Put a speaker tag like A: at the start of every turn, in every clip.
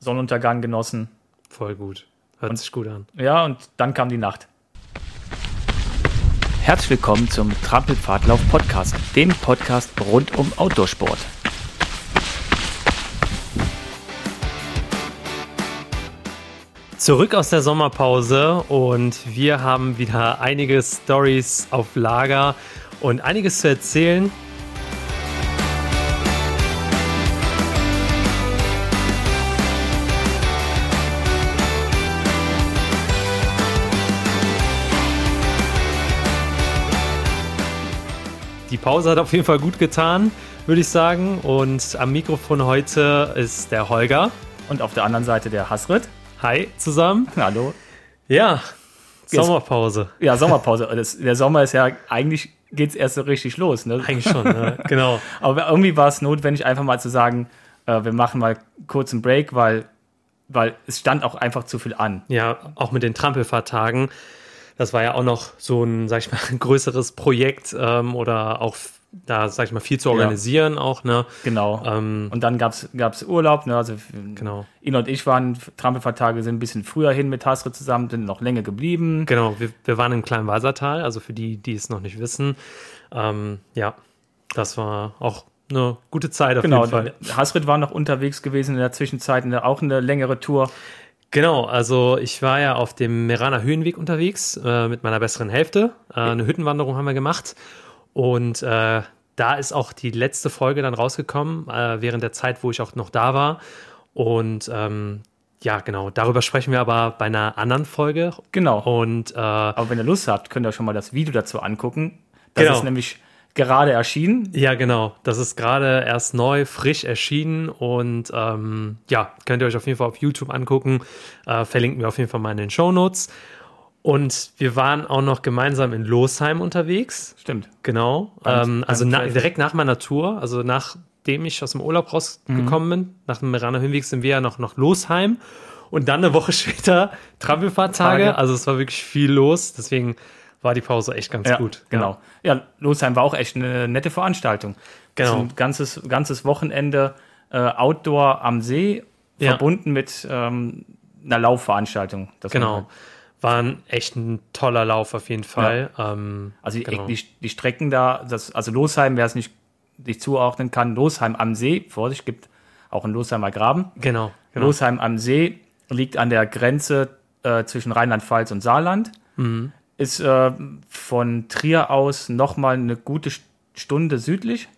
A: Sonnenuntergang genossen.
B: Voll gut. Hört sich gut an.
A: Ja, und dann kam die Nacht.
C: Herzlich willkommen zum Trampelpfadlauf Podcast, dem Podcast rund um Outdoorsport.
B: Zurück aus der Sommerpause und wir haben wieder einige Stories auf Lager und einiges zu erzählen. Die Pause hat auf jeden Fall gut getan, würde ich sagen. Und am Mikrofon heute ist der Holger.
A: Und auf der anderen Seite der Hasrit.
B: Hi zusammen.
A: Hallo.
B: Ja, Sommerpause.
A: Ja, Sommerpause. Das, der Sommer ist ja eigentlich geht's erst so richtig los. Ne?
B: Eigentlich schon, ne? genau.
A: Aber irgendwie war es notwendig, einfach mal zu sagen, äh, wir machen mal kurz einen Break, weil, weil es stand auch einfach zu viel an.
B: Ja, auch mit den Trampelfahrtagen. Das war ja auch noch so ein, sag ich mal, ein größeres Projekt ähm, oder auch f- da, sag ich mal, viel zu organisieren auch, ne?
A: Genau.
B: Ähm,
A: und dann gab's gab's Urlaub. Ne? Also
B: genau.
A: ihn und ich waren Trampelfahrtage sind ein bisschen früher hin mit Hasrit zusammen, sind noch länger geblieben.
B: Genau, wir, wir waren im kleinen Wasertal, also für die, die es noch nicht wissen. Ähm, ja, das war auch eine gute Zeit auf
A: Genau,
B: jeden Fall.
A: Hasrit war noch unterwegs gewesen in der Zwischenzeit, in der, auch eine längere Tour.
B: Genau, also ich war ja auf dem Meraner Höhenweg unterwegs äh, mit meiner besseren Hälfte. Äh, eine Hüttenwanderung haben wir gemacht. Und äh, da ist auch die letzte Folge dann rausgekommen, äh, während der Zeit, wo ich auch noch da war. Und ähm, ja, genau, darüber sprechen wir aber bei einer anderen Folge.
A: Genau.
B: Und äh,
A: Aber wenn ihr Lust habt, könnt ihr schon mal das Video dazu angucken. Das
B: Genau.
A: ist nämlich gerade erschienen.
B: Ja, genau. Das ist gerade erst neu, frisch erschienen und ähm, ja, könnt ihr euch auf jeden Fall auf YouTube angucken. Äh, verlinken wir auf jeden Fall mal in den Show Notes. Und wir waren auch noch gemeinsam in Losheim unterwegs.
A: Stimmt.
B: Genau.
A: Beim-
B: ähm,
A: beim
B: also na,
A: Trail.
B: direkt nach meiner Tour, also nachdem ich aus dem Urlaub rausgekommen
A: Mhm.
B: bin, nach dem Meraner Hinweg sind wir ja noch nach Losheim und dann eine Woche später Trampelfahrttage.
A: Tage.
B: Also es war wirklich viel los, deswegen war die Pause echt ganz
A: Ja,
B: gut.
A: Genau. Ja, Losheim war auch echt eine nette Veranstaltung.
B: Genau.
A: So ein ganzes, ganzes Wochenende äh, Outdoor am See,
B: Ja.
A: verbunden mit ähm, einer Laufveranstaltung. Das war
B: Genau. War ein echt ein toller Lauf auf jeden Fall. Ähm,
A: Also die,
B: genau.
A: die, die Strecken da, das, also Losheim, wer es nicht, nicht zuordnen kann, Losheim am See, Vorsicht, gibt auch einen Losheimer Graben.
B: genau, genau.
A: Losheim am See liegt an der Grenze äh, zwischen Rheinland-Pfalz und Saarland. Ist äh, von Trier aus nochmal eine gute St- Stunde südlich.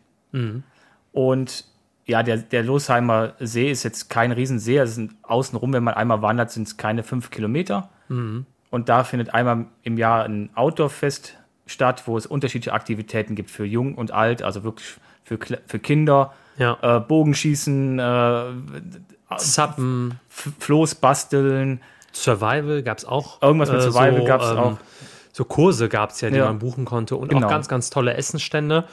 A: Und ja, der, der Losheimer See ist jetzt kein Riesensee. Es sind außenrum, wenn man einmal wandert, sind es keine fünf Kilometer. Und da findet einmal im Jahr ein Outdoor-Fest statt, wo es unterschiedliche Aktivitäten gibt für jung und alt, also wirklich für, Kle- für Kinder.
B: Ja.
A: Äh, Bogenschießen, äh,
B: Zappen,
A: F- Floß basteln,
B: Survival gab es auch. äh, ähm,
A: Irgendwas mit Survival gab's auch.
B: So Kurse gab es ja, die
A: Ja.
B: man buchen konnte und
A: Genau.
B: auch ganz, ganz tolle Essensstände.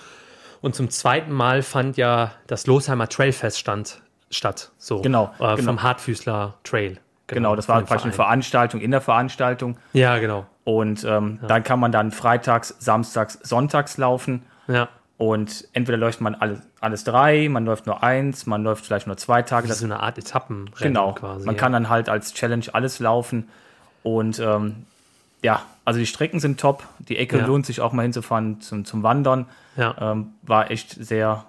B: Und zum zweiten Mal fand ja das Losheimer Trailfest stand, statt. So,
A: Genau,
B: äh,
A: genau.
B: Vom Hartfüßler Trail.
A: genau, das war
B: von dem
A: praktisch eine
B: Verein.
A: Veranstaltung in der Veranstaltung.
B: Ja, genau.
A: Und ähm, dann kann man dann freitags, samstags, sonntags laufen.
B: Ja.
A: Und entweder läuft man alles, alles drei, man läuft nur eins, man läuft vielleicht nur zwei Tage.
B: Das ist
A: Das,
B: so eine Art Etappen
A: genau,
B: quasi.
A: man
B: ja.
A: kann dann halt als Challenge alles laufen. Und ähm, ja, also die Strecken sind top. Die Ecke
B: Ja.
A: lohnt sich auch mal hinzufahren zum, zum Wandern.
B: ja.
A: Ähm, war echt sehr,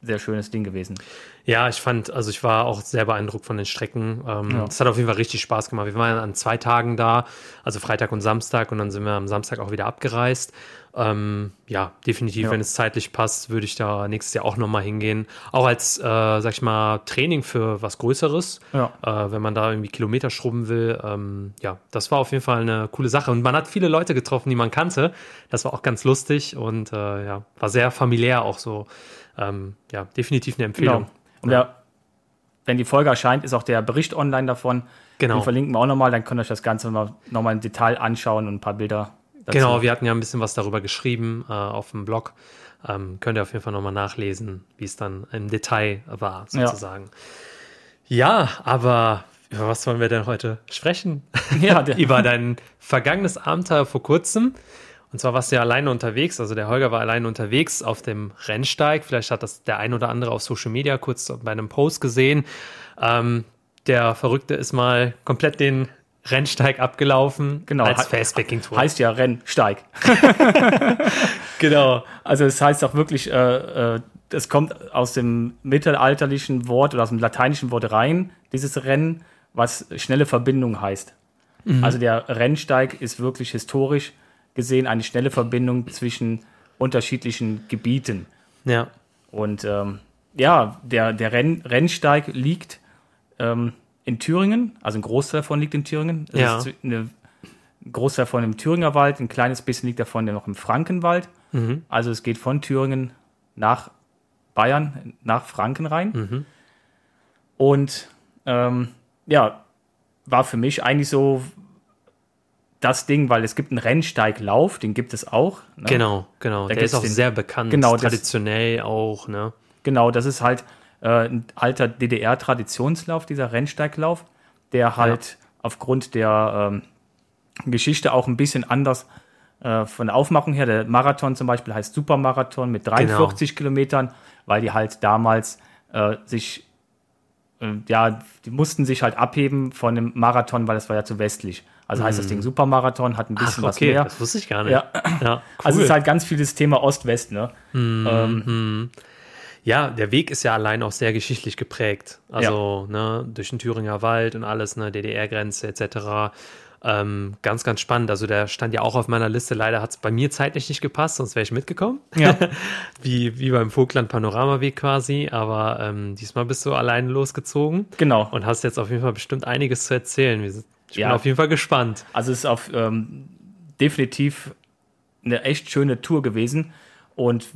A: sehr schönes Ding gewesen.
B: Ja, ich fand, also ich war auch sehr beeindruckt von den Strecken. Ähm,
A: Ja.
B: Es hat auf jeden Fall richtig Spaß gemacht. Wir waren an zwei Tagen da, also Freitag und Samstag, und dann sind wir am Samstag auch wieder abgereist. Ähm, ja, definitiv,
A: Ja.
B: wenn es zeitlich passt, würde ich da nächstes Jahr auch nochmal hingehen. Auch als, äh, sag ich mal, Training für was Größeres.
A: Ja.
B: Äh, wenn man da irgendwie Kilometer schrubben will. Ähm, ja, das war auf jeden Fall eine coole Sache. Und man hat viele Leute getroffen, die man kannte. Das war auch ganz lustig und äh, ja, war sehr familiär auch so. Ähm, ja, definitiv eine Empfehlung.
A: Genau. Und wer, wenn die Folge erscheint, ist auch der Bericht online davon.
B: Genau.
A: Den verlinken wir auch nochmal, dann könnt ihr euch das Ganze mal, nochmal im Detail anschauen und ein paar Bilder dazu.
B: Genau, wir hatten ja ein bisschen was darüber geschrieben äh, auf dem Blog. Ähm, könnt ihr auf jeden Fall nochmal nachlesen, wie es dann im Detail war,
A: Ja.
B: sozusagen. Ja, aber über was wollen wir denn heute sprechen?
A: Ja, der,
B: über dein vergangenes Abenteuer vor kurzem. Und zwar warst du ja alleine unterwegs, also der Holger war alleine unterwegs auf dem Rennsteig. Vielleicht hat das der ein oder andere auf Social Media kurz bei einem Post gesehen. Ähm, der Verrückte ist mal komplett den Rennsteig abgelaufen.
A: Genau.
B: Als
A: He-
B: Fastbacking-Tour.
A: Heißt ja Rennsteig.
B: genau.
A: Also es heißt auch wirklich, äh, äh, es kommt aus dem mittelalterlichen Wort oder aus dem lateinischen Wort rein, dieses Rennen, was schnelle Verbindung heißt.
B: Mhm.
A: Also der Rennsteig ist wirklich historisch gesehen eine schnelle Verbindung zwischen unterschiedlichen Gebieten.
B: Ja.
A: Und ähm, ja, der, der Renn, Rennsteig liegt ähm, in Thüringen, also ein Großteil davon liegt in Thüringen. Es
B: Ja.
A: ist eine, ein Großteil davon im Thüringer Wald, ein kleines bisschen liegt davon ja noch im Frankenwald.
B: Mhm.
A: Also es geht von Thüringen nach Bayern, nach Franken rein.
B: Mhm.
A: Und ähm, ja, war für mich eigentlich so das Ding, weil es gibt einen Rennsteiglauf, den gibt es auch. ne?
B: Genau, genau. der
A: gibt's
B: ist auch
A: den-
B: sehr bekannt.
A: Genau, das-
B: Traditionell auch, ne?
A: Genau, das ist halt äh, ein alter DDR-Traditionslauf, dieser Rennsteiglauf, der halt aufgrund der ähm, Geschichte auch ein bisschen anders äh, von der Aufmachung her. Der Marathon zum Beispiel heißt Supermarathon
B: Genau.
A: mit 43 Kilometern, weil die halt damals äh, sich, äh, ja, die mussten sich halt abheben von dem Marathon, weil das war ja zu westlich. Also heißt das Ding Supermarathon, hat ein bisschen
B: Mhm. okay,
A: was mehr.
B: das wusste ich gar nicht.
A: Ja.
B: ja cool.
A: Also es ist halt ganz viel das Thema Ost-West, ne? Ähm,
B: Ja, der Weg ist ja allein auch sehr geschichtlich geprägt. Also ne, durch den Thüringer Wald und alles, ne, DDR-Grenze etc. Ähm, ganz, ganz spannend. Also der stand ja auch auf meiner Liste. Leider hat es bei mir zeitlich nicht gepasst, sonst wäre ich mitgekommen.
A: Ja.
B: wie, wie beim Vogtland Panoramaweg quasi. Aber ähm, diesmal bist du allein losgezogen
A: genau.
B: und hast jetzt auf jeden Fall bestimmt einiges zu erzählen. Wir sind, ich
A: Ja.
B: bin auf jeden Fall gespannt.
A: Also es ist auf ähm, definitiv eine echt schöne Tour gewesen. Und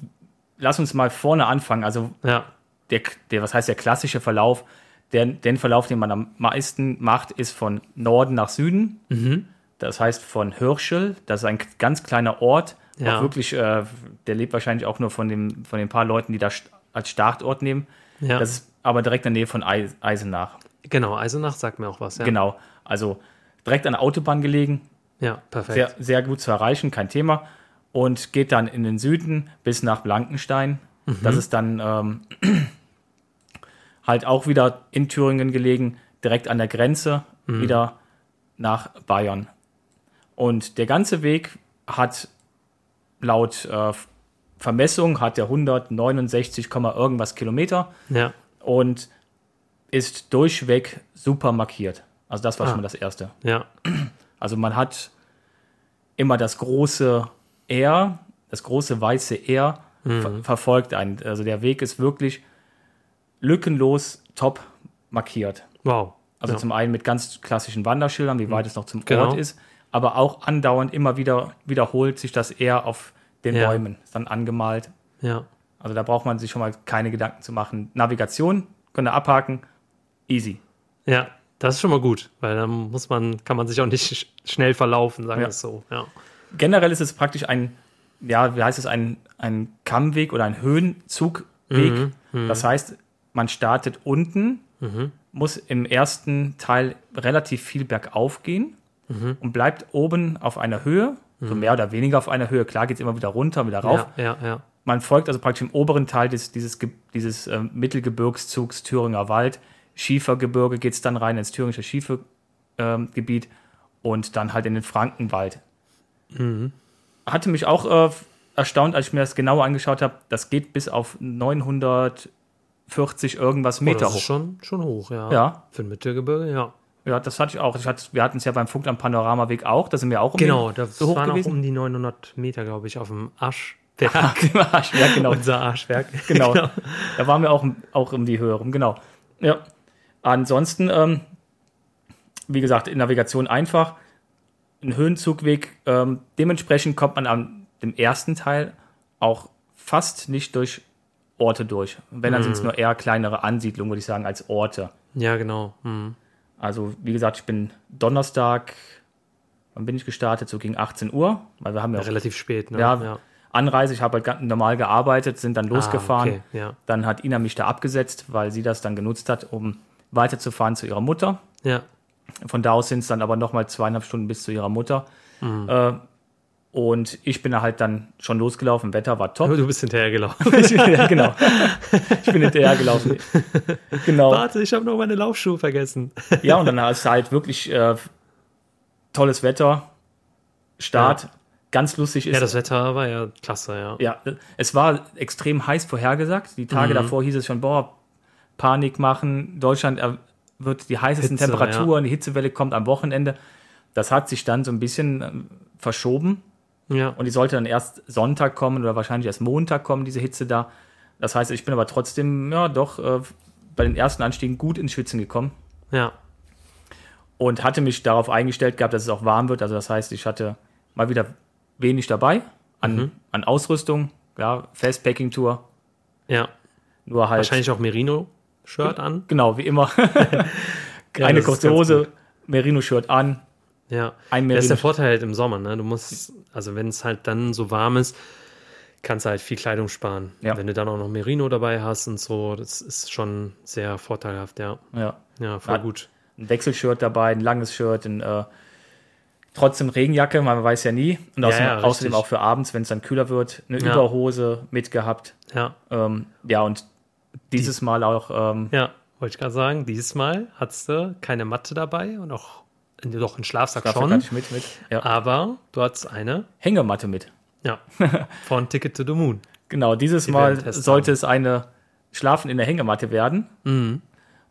A: lass uns mal vorne anfangen. Also
B: Ja,
A: der, der was heißt der klassische Verlauf? Der, den Verlauf, den man am meisten macht, ist von Norden nach Süden.
B: Mhm.
A: Das heißt von Hirschel. Das ist ein k- ganz kleiner Ort.
B: Ja.
A: Auch wirklich, äh, der lebt wahrscheinlich auch nur von, dem, von den paar Leuten, die da st- als Startort nehmen.
B: ja.
A: Das ist aber direkt in der Nähe von Eis- Eisenach.
B: genau, Eisenach sagt mir auch was. Ja,
A: Genau. Also direkt an der Autobahn gelegen.
B: ja perfekt.
A: sehr, sehr gut zu erreichen, kein Thema. Und geht dann in den Süden bis nach Blankenstein. Das ist dann ähm, halt auch wieder in Thüringen gelegen, direkt an der Grenze, wieder nach Bayern. Und der ganze Weg hat laut äh, Vermessung hat der 169, Komma irgendwas Kilometer
B: Ja.
A: und ist durchweg super markiert. Also das war schon mal das Erste.
B: Ja,
A: Also man hat immer das große R, das große weiße R
B: Mhm.
A: ver verfolgt einen. Also der Weg ist wirklich lückenlos top markiert.
B: wow.
A: Also
B: ja.
A: zum einen mit ganz klassischen Wanderschildern, wie weit es noch zum
B: Genau.
A: Ort ist, aber auch andauernd immer wieder wiederholt sich das R auf den
B: Ja.
A: Bäumen. Ist dann angemalt.
B: ja.
A: Also da braucht man sich schon mal keine Gedanken zu machen. Navigation, könnt ihr abhaken, easy.
B: Ja, das ist schon mal gut, weil dann muss man, kann man sich auch nicht sch schnell verlaufen, sagen wir
A: Ja.
B: es so. Ja.
A: generell ist es praktisch ein, ja, wie heißt es, ein, ein Kammweg oder ein Höhenzugweg. Das heißt, man startet unten, muss im ersten Teil relativ viel bergauf gehen und bleibt oben auf einer Höhe, so mehr oder weniger auf einer Höhe. Klar geht es immer wieder runter, wieder rauf.
B: ja, ja, ja.
A: Man folgt also praktisch im oberen Teil des, dieses, Ge- dieses ähm, Mittelgebirgszugs Thüringer Wald. Schiefergebirge geht es dann rein ins thüringische Schiefergebiet ähm, Gebiet und dann halt in den Frankenwald.
B: Mhm.
A: Hatte mich auch äh, erstaunt, als ich mir das genauer angeschaut habe. Das geht bis auf 940 irgendwas
B: Oh,
A: Meter
B: das ist
A: hoch.
B: schon, schon hoch, ja.
A: Ja.
B: Für ein Mittelgebirge, ja.
A: Ja, das hatte ich auch. Ich hatte, wir hatten es ja beim Punkt am Panoramaweg auch. Da sind wir auch um
B: Genau,
A: den-
B: das
A: so hoch
B: waren auch
A: gewesen.
B: um die 900 Meter, glaube ich, auf dem Aschberg.
A: Ah, ja, genau.
B: Unser Aschberg.
A: genau. Da waren wir auch, auch um die Höhe rum, genau. Ja. Ansonsten, ähm, wie gesagt, in Navigation einfach. Ein Höhenzugweg. Ähm, dementsprechend kommt man am dem ersten Teil auch fast nicht durch Orte durch. Wenn, dann sind es nur eher kleinere Ansiedlungen, würde ich sagen, als Orte.
B: Ja, genau. Hm.
A: Also, wie gesagt, ich bin Donnerstag, wann bin ich gestartet? So gegen 18 Uhr, weil wir haben ja, auch
B: Relativ spät, ne?
A: ja, Anreise. Ich habe halt ganz normal gearbeitet, sind dann losgefahren.
B: Ah, okay. Ja,
A: Dann hat Ina mich da abgesetzt, weil sie das dann genutzt hat, um weiterzufahren zu ihrer Mutter.
B: ja.
A: Von da aus sind es dann aber nochmal zweieinhalb Stunden bis zu ihrer Mutter. Äh, Und ich bin halt dann schon losgelaufen, Wetter war
B: Aber
A: top.
B: du bist hinterhergelaufen.
A: ja, genau. Ich bin hinterher gelaufen. Genau.
B: Warte, ich habe noch meine Laufschuhe vergessen.
A: Ja, und dann hast du halt wirklich äh, tolles Wetter, Start. Ganz lustig ist,
B: Ja, das Wetter war ja klasse, ja.
A: Ja, es war extrem heiß vorhergesagt. Die Tage davor hieß es schon, boah, Panik machen, Deutschland er- wird die heißesten
B: Hitze,
A: Temperaturen, die Hitzewelle kommt am Wochenende. Das hat sich dann so ein bisschen ähm, verschoben
B: Ja,
A: und die sollte dann erst Sonntag kommen oder wahrscheinlich erst Montag kommen, diese Hitze da. Das heißt, ich bin aber trotzdem, ja, doch äh, bei den ersten Anstiegen gut ins Schwitzen gekommen
B: ja.
A: und hatte mich darauf eingestellt gehabt, dass es auch warm wird. Also das heißt, ich hatte mal wieder wenig dabei an, an Ausrüstung, ja, Fastpacking-Tour,
B: ja.
A: nur halt
B: Wahrscheinlich auch Merino-Shirt an.
A: Genau, wie immer. Eine
B: das ist
A: kurze
B: ganz
A: Hose, Merino-Shirt an.
B: Ja,
A: Ein
B: das ist der
A: Merino-
B: Vorteil halt im Sommer. Ne? Du musst, also wenn es halt dann so warm ist, kannst du halt viel Kleidung sparen.
A: Ja.
B: Wenn du dann auch noch Merino dabei hast und so, das ist schon sehr vorteilhaft, ja.
A: Ja.
B: Ja, voll
A: Ja.
B: gut.
A: Ein Wechselshirt dabei, ein langes Shirt, ein, äh, trotzdem Regenjacke, man weiß ja nie. Und
B: Ja,
A: außerdem,
B: ja, richtig.
A: außerdem auch für abends, wenn es dann kühler wird, eine
B: Ja.
A: Überhose mitgehabt.
B: Ja,
A: Ähm, ja, und dieses Mal auch, ähm,
B: ja, wollte ich gerade sagen, dieses Mal hattest du keine Matte dabei und auch doch einen Schlafsack
A: dafür
B: schon,
A: hatte ich mit, mit. Ja.
B: aber du hattest eine,
A: Hängematte mit.
B: ja, von Ticket to the Moon.
A: Genau, dieses
B: werden
A: Mal
B: Test haben.
A: sollte es eine Schlafen in der Hängematte werden.
B: Mhm.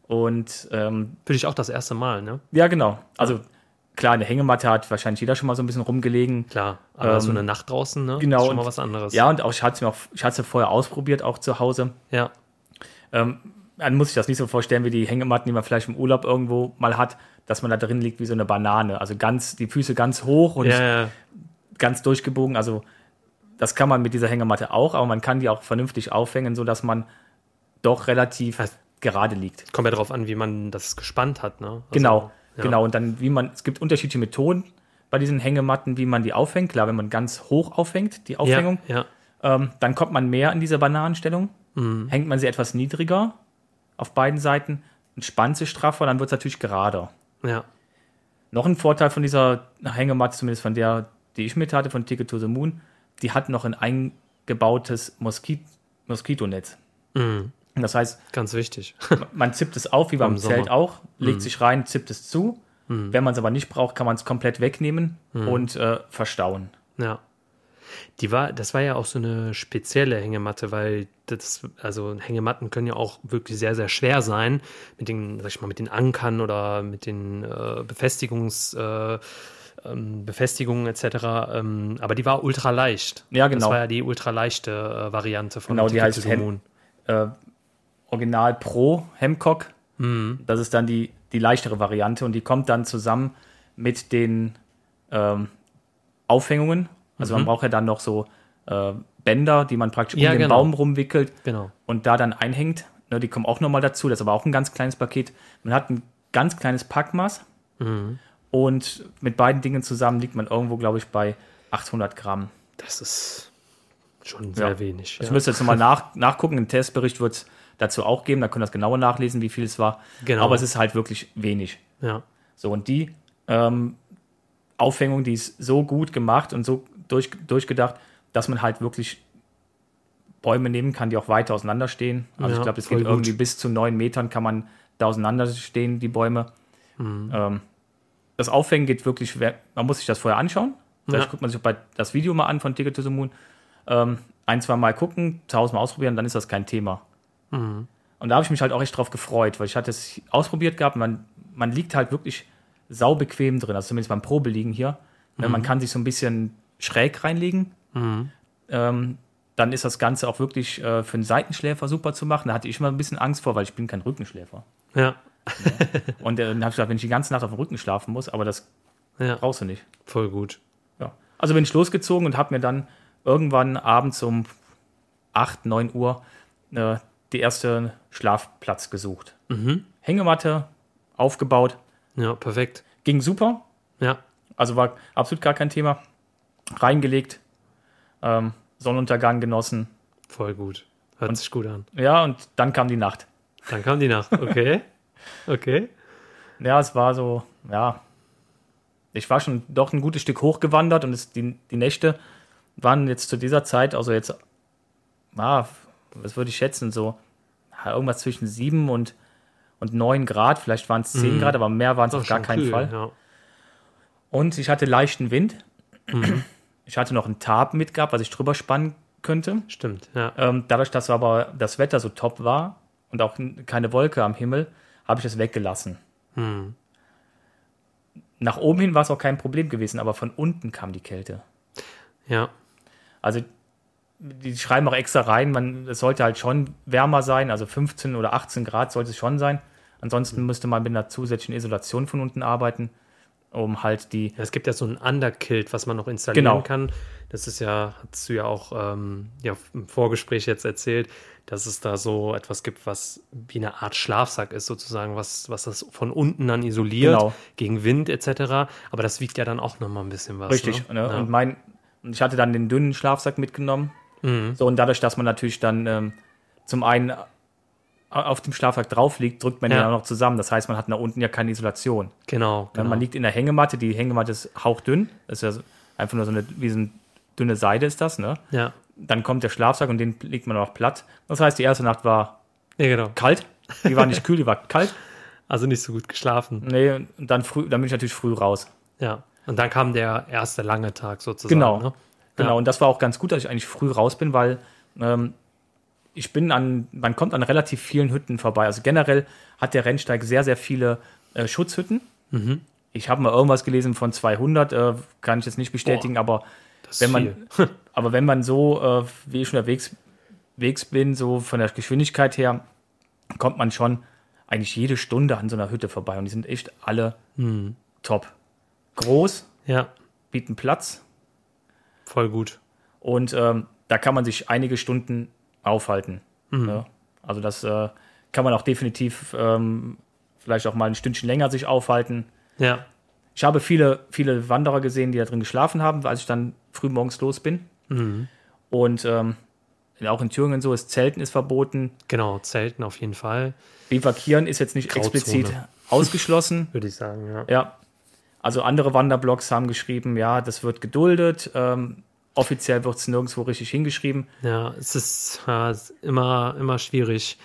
A: Und ähm,
B: Für dich auch das erste Mal, ne?
A: ja, genau. Also klar, eine Hängematte hat wahrscheinlich jeder schon mal so ein bisschen rumgelegen.
B: Klar, aber so eine Nacht draußen, ne?
A: Ähm, genau,
B: Ist schon mal
A: und-
B: was anderes.
A: Ja, und auch ich hatte es mir auch, ich hatte es vorher ausprobiert, auch zu Hause.
B: ja,
A: Dann muss ich das nicht so vorstellen wie die Hängematten, die man vielleicht im Urlaub irgendwo mal hat, dass man da drin liegt wie so eine Banane. Also ganz, die Füße ganz hoch und
B: ja, ja.
A: ganz durchgebogen. Also das kann man mit dieser Hängematte auch, aber man kann die auch vernünftig aufhängen, sodass man doch relativ
B: Was?
A: gerade liegt.
B: Kommt ja darauf an, wie man das gespannt hat, ne? Also,
A: genau,
B: ja.
A: genau. Und dann, wie man, es gibt unterschiedliche Methoden bei diesen Hängematten, wie man die aufhängt. Klar, wenn man ganz hoch aufhängt, die Aufhängung,
B: Ja, ja.
A: Ähm, dann kommt man mehr in diese Bananenstellung,
B: Mhm.
A: hängt man sie etwas niedriger auf beiden Seiten und spannt sie straffer, dann wird es natürlich gerader.
B: Ja,
A: Noch ein Vorteil von dieser Hängematte, zumindest von der, die ich mit hatte, von Ticket to the Moon, die hat noch ein eingebautes Moskit Moskitonetz.
B: Mhm.
A: Das heißt,
B: ganz wichtig.
A: man zippt es auf, wie beim
B: Im Sommer. Mhm.
A: Zelt auch, legt sich rein, zippt es zu. Wenn man es aber nicht braucht, kann man es komplett wegnehmen
B: Mhm.
A: und äh, verstauen.
B: ja. Die war, das war ja auch so eine spezielle Hängematte, weil das, also Hängematten können ja auch wirklich sehr, sehr schwer sein mit den, sag ich mal, mit den Ankern oder mit den äh, Befestigungs, äh, ähm, Befestigungen etc. Ähm, aber die war ultra leicht.
A: Ja,
B: Das
A: genau.
B: war ja die ultraleichte äh, Variante von
A: Genau, die
B: Ticket
A: heißt
B: to the
A: Hen-
B: Moon.
A: äh, Original Pro Hemcock.
B: Mhm.
A: Das ist dann die, die leichtere Variante und die kommt dann zusammen mit den ähm, Aufhängungen. Also man braucht ja dann noch so äh, Bänder, die man praktisch um
B: Mhm. Ja,
A: den
B: genau.
A: Baum rumwickelt
B: Genau.
A: und da dann einhängt. Ne, die kommen auch nochmal dazu. Das ist aber auch ein ganz kleines Paket. Man hat ein ganz kleines Packmaß
B: Mhm.
A: und mit beiden Dingen zusammen liegt man irgendwo, glaube ich, bei 800 Gramm.
B: Das ist schon sehr
A: Ja.
B: wenig.
A: Ich
B: ja.
A: müsste jetzt nochmal nach, nachgucken. Einen Testbericht wird es dazu auch geben. Da können wir das genauer nachlesen, wie viel es war.
B: Genau.
A: Aber es ist halt wirklich wenig.
B: ja.
A: So, und die ähm, Aufhängung, die ist so gut gemacht und so durch, durchgedacht, dass man halt wirklich Bäume nehmen kann, die auch weiter auseinander stehen. Also
B: Ja,
A: ich glaube, es
B: voll
A: geht
B: gut.
A: irgendwie bis zu neun Metern kann man da auseinander stehen, die Bäume.
B: Mhm.
A: Ähm, das Aufhängen geht wirklich, we- man muss sich das vorher anschauen. Vielleicht
B: Ja.
A: guckt man sich bei das Video mal an von Ticket to the Moon. Ähm, ein, zwei Mal gucken, tausendmal ausprobieren, dann ist das kein Thema. Und da habe ich mich halt auch echt drauf gefreut, weil ich hatte es ausprobiert gehabt. Man, man liegt halt wirklich sau bequem drin, also zumindest beim Probeliegen hier. Ne, Man kann sich so ein bisschen schräg reinlegen. Ähm, dann ist das Ganze auch wirklich äh, für einen Seitenschläfer super zu machen. Da hatte ich mal ein bisschen Angst vor, weil ich bin kein Rückenschläfer.
B: Ja.
A: Und äh, dann habe ich gedacht, wenn ich die ganze Nacht auf dem Rücken schlafen muss, aber das
B: Ja.
A: brauchst du nicht.
B: Voll gut.
A: Ja. Also bin ich losgezogen und habe mir dann irgendwann abends um 8, 9 Uhr äh, die erste Schlafplatz gesucht. Hängematte aufgebaut,
B: Ja, perfekt.
A: ging super,
B: Ja,
A: also war absolut gar kein Thema. Reingelegt, ähm, Sonnenuntergang genossen.
B: voll gut. Hört sich gut an.
A: Ja, und dann kam die Nacht.
B: Dann kam die Nacht. Okay. Okay.
A: Ja, es war so, ja, ich war schon doch ein gutes Stück hochgewandert und es, die, die Nächte waren jetzt zu dieser Zeit, also jetzt, ah, was würde ich schätzen, so irgendwas zwischen 7 und, und 9 Grad, vielleicht waren es 10
B: Mhm.
A: Grad, aber mehr waren es
B: Doch
A: auf gar
B: schon
A: keinen
B: kühl,
A: Fall.
B: Ja.
A: Und ich hatte leichten Wind.
B: Mhm.
A: Ich hatte noch einen Tarp mitgehabt, was ich drüber spannen könnte.
B: Stimmt, ja.
A: Ähm, dadurch, dass aber das Wetter so top war und auch n- keine Wolke am Himmel, habe ich es weggelassen. Nach oben hin war es auch kein Problem gewesen, aber von unten kam die Kälte.
B: ja.
A: Also die schreiben auch extra rein, man, es sollte halt schon wärmer sein, also 15 oder 18 Grad sollte es schon sein. Ansonsten müsste man mit einer zusätzlichen Isolation von unten arbeiten, um halt die
B: Es gibt ja so ein Underkilt, was man noch installieren
A: Genau.
B: kann. Das ist ja, hast du ja auch ähm, ja, im Vorgespräch jetzt erzählt, dass es da so etwas gibt, was wie eine Art Schlafsack ist, sozusagen, was, was das von unten dann isoliert,
A: Genau.
B: gegen Wind etc. Aber das wiegt ja dann auch nochmal ein bisschen was.
A: Richtig,
B: ne?
A: ne?
B: Ja.
A: Und mein, und ich hatte dann den dünnen Schlafsack mitgenommen.
B: Mhm.
A: So, und dadurch, dass man natürlich dann ähm, zum einen au- auf dem Schlafsack drauf liegt, drückt man
B: Ja.
A: ihn auch noch zusammen. Das heißt, man hat nach unten ja keine Isolation.
B: genau,
A: Wenn
B: genau.
A: Man liegt in der Hängematte, die Hängematte ist hauchdünn, das ist ja so- einfach nur so eine, wie so eine dünne Seide ist das, ne?
B: ja.
A: Dann kommt der Schlafsack und den legt man auch platt. Das heißt, die erste Nacht war
B: ja, genau.
A: kalt. Die war nicht kühl, die war kalt.
B: Also nicht so gut geschlafen.
A: Nee, und dann früh, dann bin ich natürlich früh raus.
B: Ja. Und dann kam der erste lange Tag sozusagen.
A: Genau.
B: Ne?
A: Genau,
B: Ja.
A: und das war auch ganz gut, dass ich eigentlich früh raus bin, weil ähm, ich bin an, man kommt an relativ vielen Hütten vorbei. Also generell hat der Rennsteig sehr, sehr viele äh, Schutzhütten.
B: Mhm.
A: Ich habe mal irgendwas gelesen von 200, äh, kann ich jetzt nicht bestätigen, aber
B: Das ist
A: wenn
B: viel.
A: man, aber wenn man so, äh, wie ich schon unterwegs wegs bin, so von der Geschwindigkeit her, kommt man schon eigentlich jede Stunde an so einer Hütte vorbei und die sind echt alle
B: Mhm.
A: top. Groß,
B: Ja,
A: bieten Platz.
B: voll gut.
A: Und ähm, da kann man sich einige Stunden aufhalten. Ne? Also das äh, kann man auch definitiv ähm, vielleicht auch mal ein Stündchen länger sich aufhalten.
B: Ja.
A: Ich habe viele, viele Wanderer gesehen, die da drin geschlafen haben, als ich dann früh morgens los bin. Und ähm, auch in Thüringen so ist Zelten ist verboten.
B: Genau, Zelten auf jeden Fall,
A: Bivakieren ist jetzt nicht
B: Grauzone.
A: explizit ausgeschlossen.
B: würde ich sagen, ja.
A: Ja. Also andere Wanderblogs haben geschrieben, ja, das wird geduldet. Ähm, offiziell wird es nirgendwo richtig hingeschrieben.
B: Ja, es ist äh, immer, immer schwierig.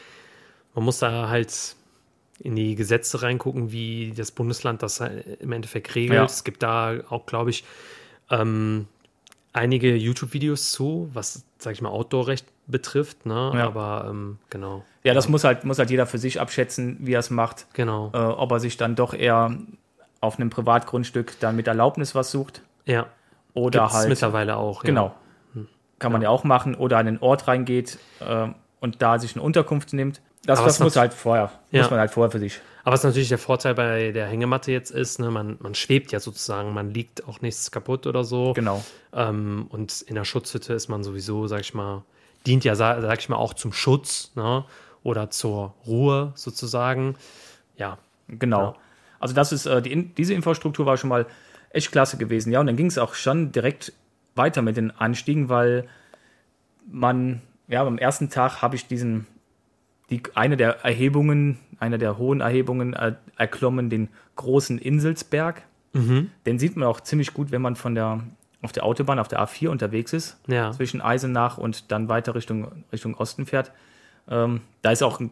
B: Man muss da halt in die Gesetze reingucken, wie das Bundesland das äh, im Endeffekt regelt.
A: Ja.
B: Es gibt da auch, glaube ich, ähm, einige YouTube-Videos zu, was, sag ich mal, Outdoor-Recht betrifft. Ne?
A: Ja.
B: Aber ähm, genau,
A: Ja, das muss halt, muss halt jeder für sich abschätzen, wie er es macht.
B: genau.
A: Äh, ob er sich dann doch eher auf einem Privatgrundstück dann mit Erlaubnis was sucht
B: Ja,
A: oder
B: gibt es
A: halt.
B: mittlerweile auch.
A: Genau.
B: Hm.
A: Kann man ja. auch machen. Oder an den Ort reingeht äh, und da sich eine Unterkunft nimmt. Das,
B: Aber
A: das
B: was
A: muss
B: man-
A: halt vorher.
B: Ja.
A: Muss man halt vorher für sich.
B: Ja. Aber was natürlich der Vorteil bei der Hängematte jetzt ist, ne? man, man schwebt ja sozusagen, man liegt auch nichts kaputt oder so.
A: Genau.
B: Ähm, und in der Schutzhütte ist man sowieso, sag ich mal, dient ja, sa- sag ich mal, auch zum Schutz ne? oder zur Ruhe sozusagen. Ja,
A: Genau. Also das ist, äh, die, In- diese Infrastruktur war schon mal echt klasse gewesen. Ja, und dann ging es auch schon direkt weiter mit den Anstiegen, weil man, ja, beim ersten Tag habe ich diesen, die, eine der Erhebungen, eine der hohen Erhebungen äh, erklommen, den großen Inselsberg. Den sieht man auch ziemlich gut, wenn man von der, auf der Autobahn, auf der A4 unterwegs ist
B: ja,
A: zwischen Eisenach und dann weiter Richtung, Richtung Osten fährt. Ähm, da ist auch ein,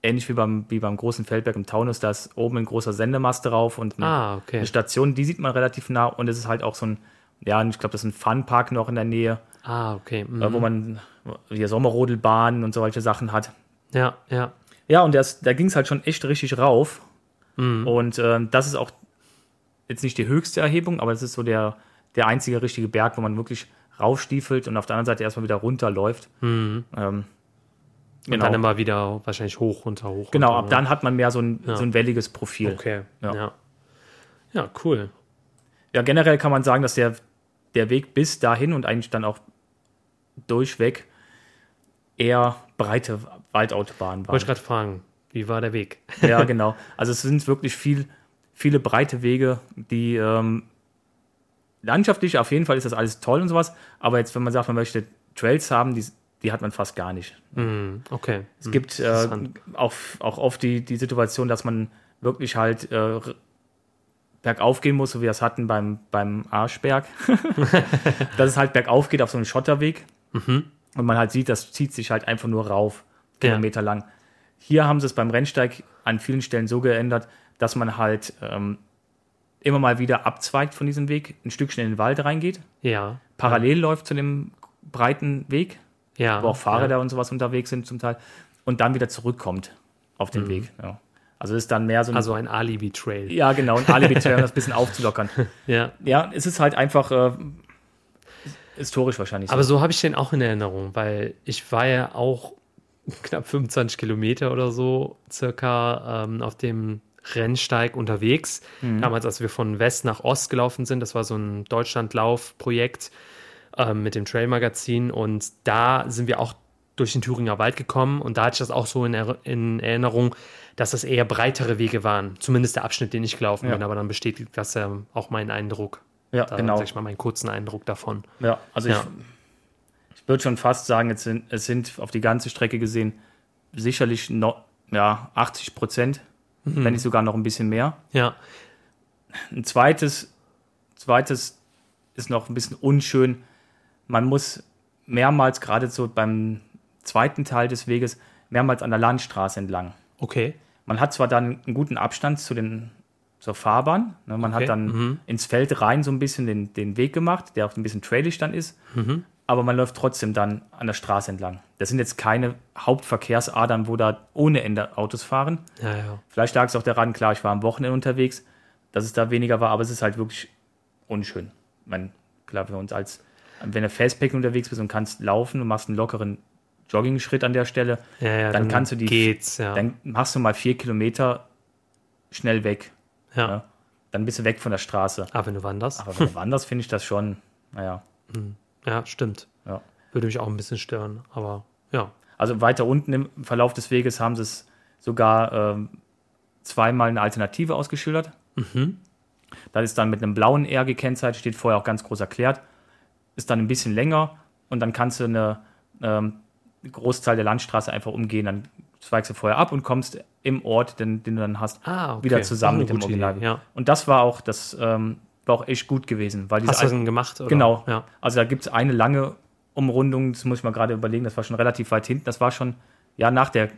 A: ähnlich wie beim, wie beim großen Feldberg im Taunus, da ist oben ein großer Sendemast drauf und eine,
B: Ah, okay.
A: eine Station, die sieht man relativ nah und es ist halt auch so ein, ja, und ich glaube, das ist ein Funpark noch in der Nähe,
B: ah, okay. mhm.
A: äh, wo man hier Sommerrodelbahnen und solche Sachen hat.
B: ja, ja,
A: Ja, und das, da ging es halt schon echt richtig rauf.
B: Mhm.
A: Und ähm, das ist auch jetzt nicht die höchste Erhebung, aber es ist so der, der einzige richtige Berg, wo man wirklich raufstiefelt und auf der anderen Seite erstmal wieder runterläuft. Ähm,
B: Und
A: genau,
B: Mhm. dann immer wieder wahrscheinlich hoch, runter, hoch.
A: genau
B: runter,
A: ab dann hat man mehr so ein,
B: Ja.
A: so ein welliges Profil.
B: ne? Okay, ja.
A: Ja.
B: ja. cool.
A: Ja, generell kann man sagen, dass der, der Weg bis dahin und eigentlich dann auch durchweg eher breite Waldautobahn war.
B: Wollte ich gerade fragen, wie war der Weg?
A: Ja, genau. Also es sind wirklich viel, viele breite Wege, die ähm, landschaftlich auf jeden Fall ist das alles toll und sowas, aber jetzt, wenn man sagt, man möchte Trails haben, die, die hat man fast gar nicht.
B: Mhm, okay.
A: Es gibt äh,
B: interessant.
A: auch, auch oft die, die Situation, dass man wirklich halt äh, r- bergauf gehen muss, so wie wir es hatten beim, beim Arschberg. dass es halt bergauf geht auf so einem Schotterweg. Und man halt sieht, das zieht sich halt einfach nur rauf,
B: Mhm. Ja.
A: Kilometer lang. Hier haben sie es beim Rennsteig an vielen Stellen so geändert, dass man halt ähm, immer mal wieder abzweigt von diesem Weg, ein Stückchen in den Wald reingeht,
B: Ja.
A: parallel
B: Mhm.
A: läuft zu dem breiten Weg,
B: Ja.
A: wo auch Fahrräder
B: ja.
A: und sowas unterwegs sind zum Teil, und dann wieder zurückkommt auf den Weg. Ja. Also es ist dann mehr so ein,
B: Mhm. Also ein Alibi-Trail.
A: ja genau, ein alibi um das ein bisschen aufzulockern.
B: Ja.
A: Ja, es ist halt einfach äh, historisch wahrscheinlich. so.
B: Aber so habe ich den auch in Erinnerung, weil ich war ja auch knapp 25 Kilometer oder so circa ähm, auf dem Rennsteig unterwegs.
A: Mhm.
B: Damals, als wir von West nach Ost gelaufen sind, das war so ein Deutschlandlauf-Projekt ähm, mit dem Trail-Magazin und da sind wir auch durch den Thüringer Wald gekommen und da hatte ich das auch so in, er in Erinnerung, dass das eher breitere Wege waren. Zumindest der Abschnitt, den ich gelaufen
A: Ja.
B: bin, aber dann bestätigt das ja auch meinen Eindruck.
A: ja,
B: Da,
A: genau.
B: Sag ich mal, meinen kurzen Eindruck davon.
A: Ja, also
B: Ja.
A: ich, ich würde schon fast sagen, es sind, es sind auf die ganze Strecke gesehen sicherlich noch, ja, 80 Prozent,
B: Mhm.
A: wenn nicht sogar noch ein bisschen mehr.
B: Ja,
A: Ein zweites, zweites ist noch ein bisschen unschön. Man muss mehrmals, gerade so beim zweiten Teil des Weges, mehrmals an der Landstraße entlang.
B: okay.
A: Man hat zwar dann einen guten Abstand zu den, zur Fahrbahn. Ne? Man
B: Okay,
A: hat dann ins Feld rein so ein bisschen den, den Weg gemacht, der auch ein bisschen trailig dann ist. Aber man läuft trotzdem dann an der Straße entlang. Das sind jetzt keine Hauptverkehrsadern, wo da ohne Ende Autos fahren.
B: Ja, ja.
A: Vielleicht lag es auch daran, klar, ich war am Wochenende unterwegs, dass es da weniger war, aber es ist halt wirklich unschön. Ich meine, klar, für uns als, wenn du Fastpack unterwegs bist und kannst laufen und machst einen lockeren Jogging-Schritt an der Stelle,
B: ja, ja
A: Dann kannst du die-
B: Geht's, ja.
A: dann machst du mal vier Kilometer schnell weg.
B: ja.
A: ja. Dann bist du weg von der Straße.
B: Aber wenn du wanderst.
A: Aber wenn du wanderst, finde ich das schon, naja.
B: Ja, stimmt.
A: Ja.
B: Würde mich auch ein bisschen stören, aber ja.
A: Also weiter unten im Verlauf des Weges haben sie es sogar ähm, zweimal eine Alternative ausgeschildert.
B: Mhm.
A: Das ist dann mit einem blauen R gekennzeichnet, steht vorher auch ganz groß erklärt. Ist dann ein bisschen länger und dann kannst du eine ähm, Großteil der Landstraße einfach umgehen. Dann zweigst du vorher ab und kommst im Ort, den, den du dann hast,
B: Ah, okay.
A: wieder zusammen
B: Das
A: mit
B: ist eine
A: dem
B: gute
A: Original.
B: Idee, ja.
A: Und das war auch, das ähm, war auch echt gut gewesen, weil diese
B: Hast du das denn gemacht? Oder?
A: Genau.
B: Ja.
A: Also da gibt es eine lange Umrundung, das muss ich mal gerade überlegen, das war schon relativ weit hinten. Das war schon, ja, nach der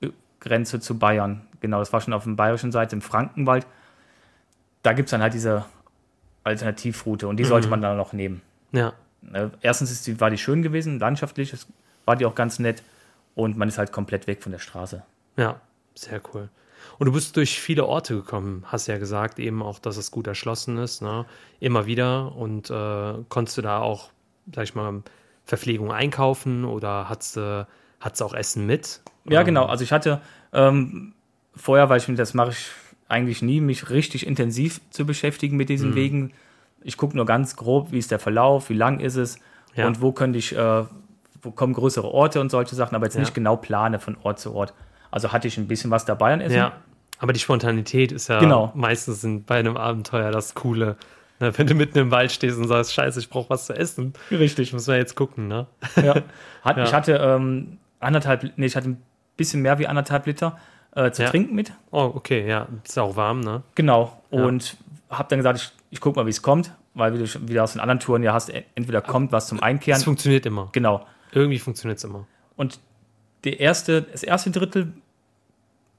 A: äh, Grenze zu Bayern. Genau, das war schon auf dem bayerischen Seite, im Frankenwald. Da gibt es dann halt diese Alternativroute und die sollte man dann noch nehmen.
B: ja.
A: Äh, Erstens ist die, war die schön gewesen, landschaftlich, es war die auch ganz nett und man ist halt komplett weg von der Straße.
B: Ja. Sehr cool. Und du bist durch viele Orte gekommen, hast ja gesagt, eben auch, dass es gut erschlossen ist, ne? Immer wieder. Und äh, konntest du da auch, sag ich mal, Verpflegung einkaufen oder hattest du hattest du auch Essen mit?
A: Ja,
B: Ähm,
A: genau. Also ich hatte ähm, vorher, weil ich mir das mache ich eigentlich nie, mich richtig intensiv zu beschäftigen mit
B: Mhm.
A: diesen Wegen. Ich gucke nur ganz grob, wie ist der Verlauf, wie lang ist es
B: Ja.
A: und wo könnte ich, äh, wo kommen größere Orte und solche Sachen, aber jetzt nicht genau plane von Ort zu Ort. Also hatte ich ein bisschen was dabei an Essen.
B: Ja, aber die Spontanität ist ja
A: Genau.
B: meistens in, bei einem Abenteuer das Coole. Ne, wenn du mitten im Wald stehst und sagst, scheiße, ich brauche was zu essen.
A: Richtig.
B: Müssen wir jetzt gucken, ne?
A: Ja. Hat,
B: Ja.
A: Ich hatte ähm, anderthalb, nee, ich hatte ein bisschen mehr wie anderthalb Liter äh, zu
B: Ja.
A: trinken mit.
B: Oh, okay, ja. Ist auch warm, ne?
A: Genau. Und habe dann gesagt, ich, ich gucke mal, wie es kommt, weil wie du schon wieder aus den anderen Touren ja hast, en- entweder kommt was zum
B: Es
A: Einkehren.
B: funktioniert immer.
A: Genau.
B: Irgendwie funktioniert es immer.
A: Und der erste, das erste Drittel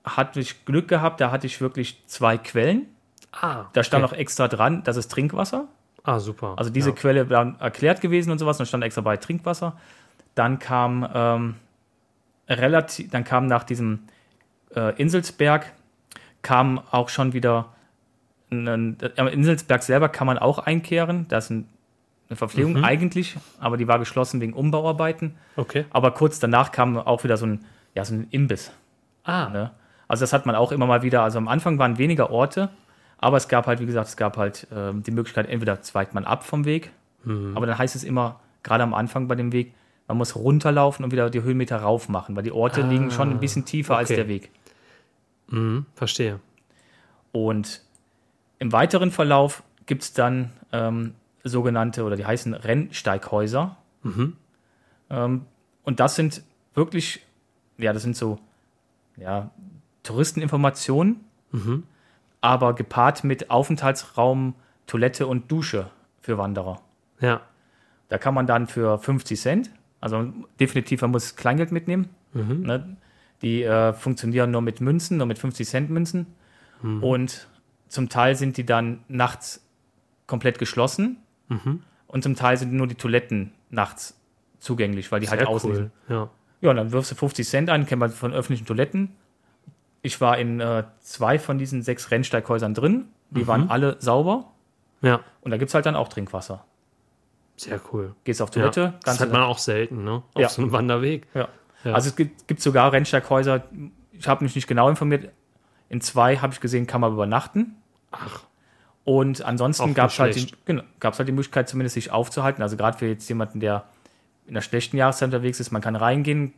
A: hatte ich Glück gehabt, da hatte ich wirklich zwei Quellen.
B: Ah,
A: Da stand
B: okay.
A: auch extra dran, das ist Trinkwasser.
B: Ah, super.
A: Also diese
B: ja.
A: Quelle war erklärt gewesen und sowas, dann stand extra bei Trinkwasser. Dann kam ähm, relativ, dann kam nach diesem äh, Inselsberg kam auch schon wieder ein, ein, am Inselsberg selber kann man auch einkehren. Das ist ein, eine Verpflegung
B: Mhm.
A: eigentlich, aber die war geschlossen wegen Umbauarbeiten.
B: Okay.
A: Aber kurz danach kam auch wieder so ein, ja, so ein Imbiss.
B: Ah,
A: Ne? Also das hat man auch immer mal wieder. Also am Anfang waren weniger Orte, aber es gab halt, wie gesagt, es gab halt ähm, die Möglichkeit, entweder zweigt man ab vom Weg, aber dann heißt es immer, gerade am Anfang bei dem Weg, man muss runterlaufen und wieder die Höhenmeter rauf machen, weil die Orte liegen schon ein bisschen tiefer als
B: okay.
A: der Weg.
B: mhm, verstehe.
A: Und im weiteren Verlauf gibt es dann ähm, sogenannte oder die heißen Rennsteighäuser. Ähm, und das sind wirklich, ja, das sind so ja, Touristeninformationen, aber gepaart mit Aufenthaltsraum, Toilette und Dusche für Wanderer.
B: Ja.
A: Da kann man dann für 50 Cent, also definitiv, man muss Kleingeld mitnehmen.
B: Mhm.
A: Ne? Die äh, funktionieren nur mit Münzen, nur mit 50 Cent Münzen.
B: Mhm.
A: Und zum Teil sind die dann nachts komplett geschlossen.
B: Mhm.
A: Und zum Teil sind nur die Toiletten nachts zugänglich, weil die halt
B: Sehr
A: außen sind.
B: cool. Ja.
A: Ja, und dann wirfst du 50 Cent ein, kennt man von öffentlichen Toiletten. Ich war in äh, zwei von diesen sechs Rennsteighäusern drin. Die
B: Mhm.
A: waren alle sauber.
B: ja.
A: Und da gibt es halt dann auch Trinkwasser.
B: Sehr cool.
A: Gehst auf
B: Ja.
A: Toilette,
B: Das
A: kannst
B: hat
A: du-
B: man auch selten, ne? Auf
A: Ja.
B: so einem Wanderweg.
A: ja.
B: Ja.
A: Also es gibt, gibt sogar Rennsteighäuser, ich habe mich nicht genau informiert. In zwei habe ich gesehen, kann man übernachten.
B: Ach.
A: Und
B: Auch
A: ansonsten
B: nicht
A: gab es halt, die-
B: schlecht.
A: genau, gab's halt die Möglichkeit, zumindest sich aufzuhalten. Also gerade für jetzt jemanden, der in der schlechten Jahreszeit unterwegs ist, man kann reingehen,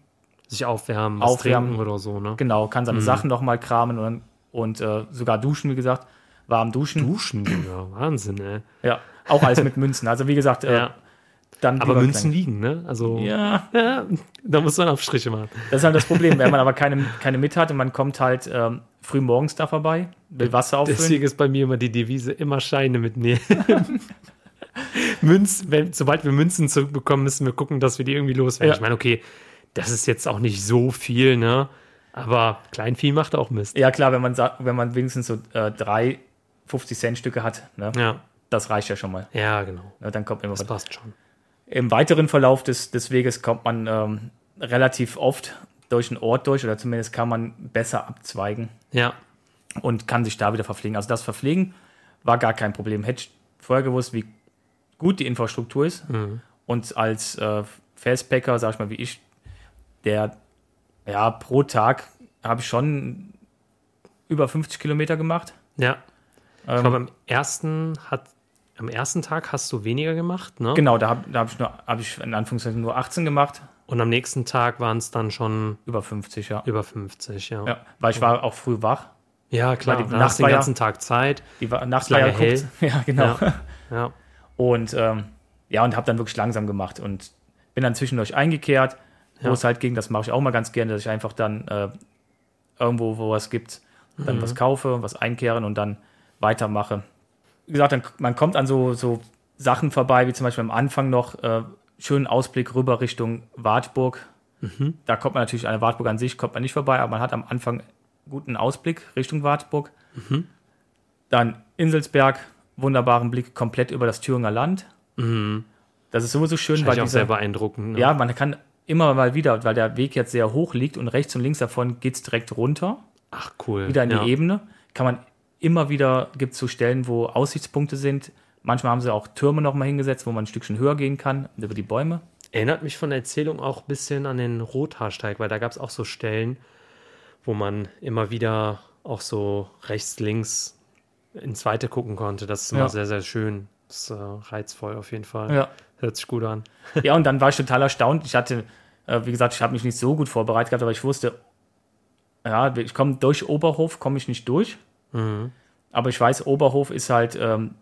B: Sich aufwärmen, was
A: Aufwärmen.
B: trinken oder so, ne?
A: Genau, kann seine Sachen nochmal kramen und, und äh, sogar duschen, wie gesagt. Warm duschen.
B: Duschen, Digga. Wahnsinn, ey.
A: Ja, auch alles mit Münzen. Also wie gesagt, äh,
B: Ja.
A: dann
B: Aber
A: lieber
B: Münzen liegen, ne? Also,
A: klein. Ja,
B: ja, da muss man Abstriche machen.
A: das ist halt das Problem. Wenn man aber keine, keine mit hat und man kommt halt ähm, früh morgens da vorbei, will Wasser auffüllen.
B: Deswegen ist bei mir immer die Devise immer Scheine mitnehmen. Münzen, wenn, sobald wir Münzen zurückbekommen, müssen wir gucken, dass wir die irgendwie loswerden.
A: Ja.
B: Ich meine, okay, das ist jetzt auch nicht so viel, ne? Aber Kleinvieh macht auch Mist.
A: Ja klar, wenn man, sa- wenn man wenigstens so äh, drei 50-Cent-Stücke hat, ne?
B: Ja,
A: das reicht ja schon mal.
B: ja, genau.
A: Ne? Dann kommt immer was.
B: Das passt schon.
A: Im weiteren Verlauf des, des Weges kommt man ähm, relativ oft durch einen Ort durch oder zumindest kann man besser abzweigen.
B: Ja,
A: und kann sich da wieder verpflegen. Also das Verpflegen war gar kein Problem. Hätte ich vorher gewusst, wie gut die Infrastruktur ist
B: Mhm.
A: und als äh, Fastpacker, sag ich mal, wie ich, der ja pro Tag habe ich schon über 50 Kilometer gemacht.
B: ja. Ich
A: Ähm,
B: glaube, am ersten hat, am ersten Tag hast du weniger gemacht, ne?
A: Genau, da habe da hab ich, nur- hab ich in Anführungszeichen nur 18 gemacht,
B: Und am nächsten Tag waren es dann schon
A: über 50, ja.
B: über 50, ja.
A: ja weil ich war auch früh wach.
B: Ja, klar.
A: Weil die
B: Dann hast du den
A: Nachbar ja-
B: ganzen Tag Zeit.
A: Die war nachts
B: lange
A: war ja kurz. Ja, genau.
B: Ja.
A: Und ähm, ja, und habe dann wirklich langsam gemacht und bin dann zwischendurch eingekehrt, wo
B: Ja.
A: es halt ging. Das mache ich auch mal ganz gerne, dass ich einfach dann äh, irgendwo, wo was gibt,
B: Mhm.
A: dann was kaufe, was einkehren und dann weitermache. Wie gesagt, dann, man kommt an so, so Sachen vorbei, wie zum Beispiel am Anfang noch äh, schönen Ausblick rüber Richtung Wartburg.
B: Mhm.
A: Da kommt man natürlich an der Wartburg an sich, kommt man nicht vorbei, aber man hat am Anfang guten Ausblick Richtung Wartburg.
B: Mhm.
A: Dann Inselsberg, wunderbaren Blick komplett über das Thüringer Land.
B: Mhm.
A: Das ist sowieso schön, weil
B: Wahrscheinlich auch
A: dieser,
B: sehr beeindruckend. Ne?
A: ja, man kann immer mal wieder, weil der Weg jetzt sehr hoch liegt und rechts und links davon geht es direkt runter,
B: Ach, cool.
A: wieder in
B: ja.
A: die Ebene, kann man immer wieder, gibt es so Stellen, wo Aussichtspunkte sind. Manchmal haben sie auch Türme nochmal hingesetzt, wo man ein Stückchen höher gehen kann, über die Bäume.
B: Erinnert mich von der Erzählung auch ein bisschen an den Rothaarsteig, weil da gab es auch so Stellen, wo man immer wieder auch so rechts, links ins Weite gucken konnte. Das ist immer
A: Ja.
B: sehr, sehr schön. Das ist äh, reizvoll auf jeden Fall.
A: Ja.
B: Hört sich gut an.
A: Ja, und dann war ich total erstaunt. Ich hatte, äh, wie gesagt, ich habe mich nicht so gut vorbereitet gehabt, aber ich wusste, ja, ich komme durch Oberhof, komme ich nicht durch. Aber ich weiß, Oberhof ist halt ähm,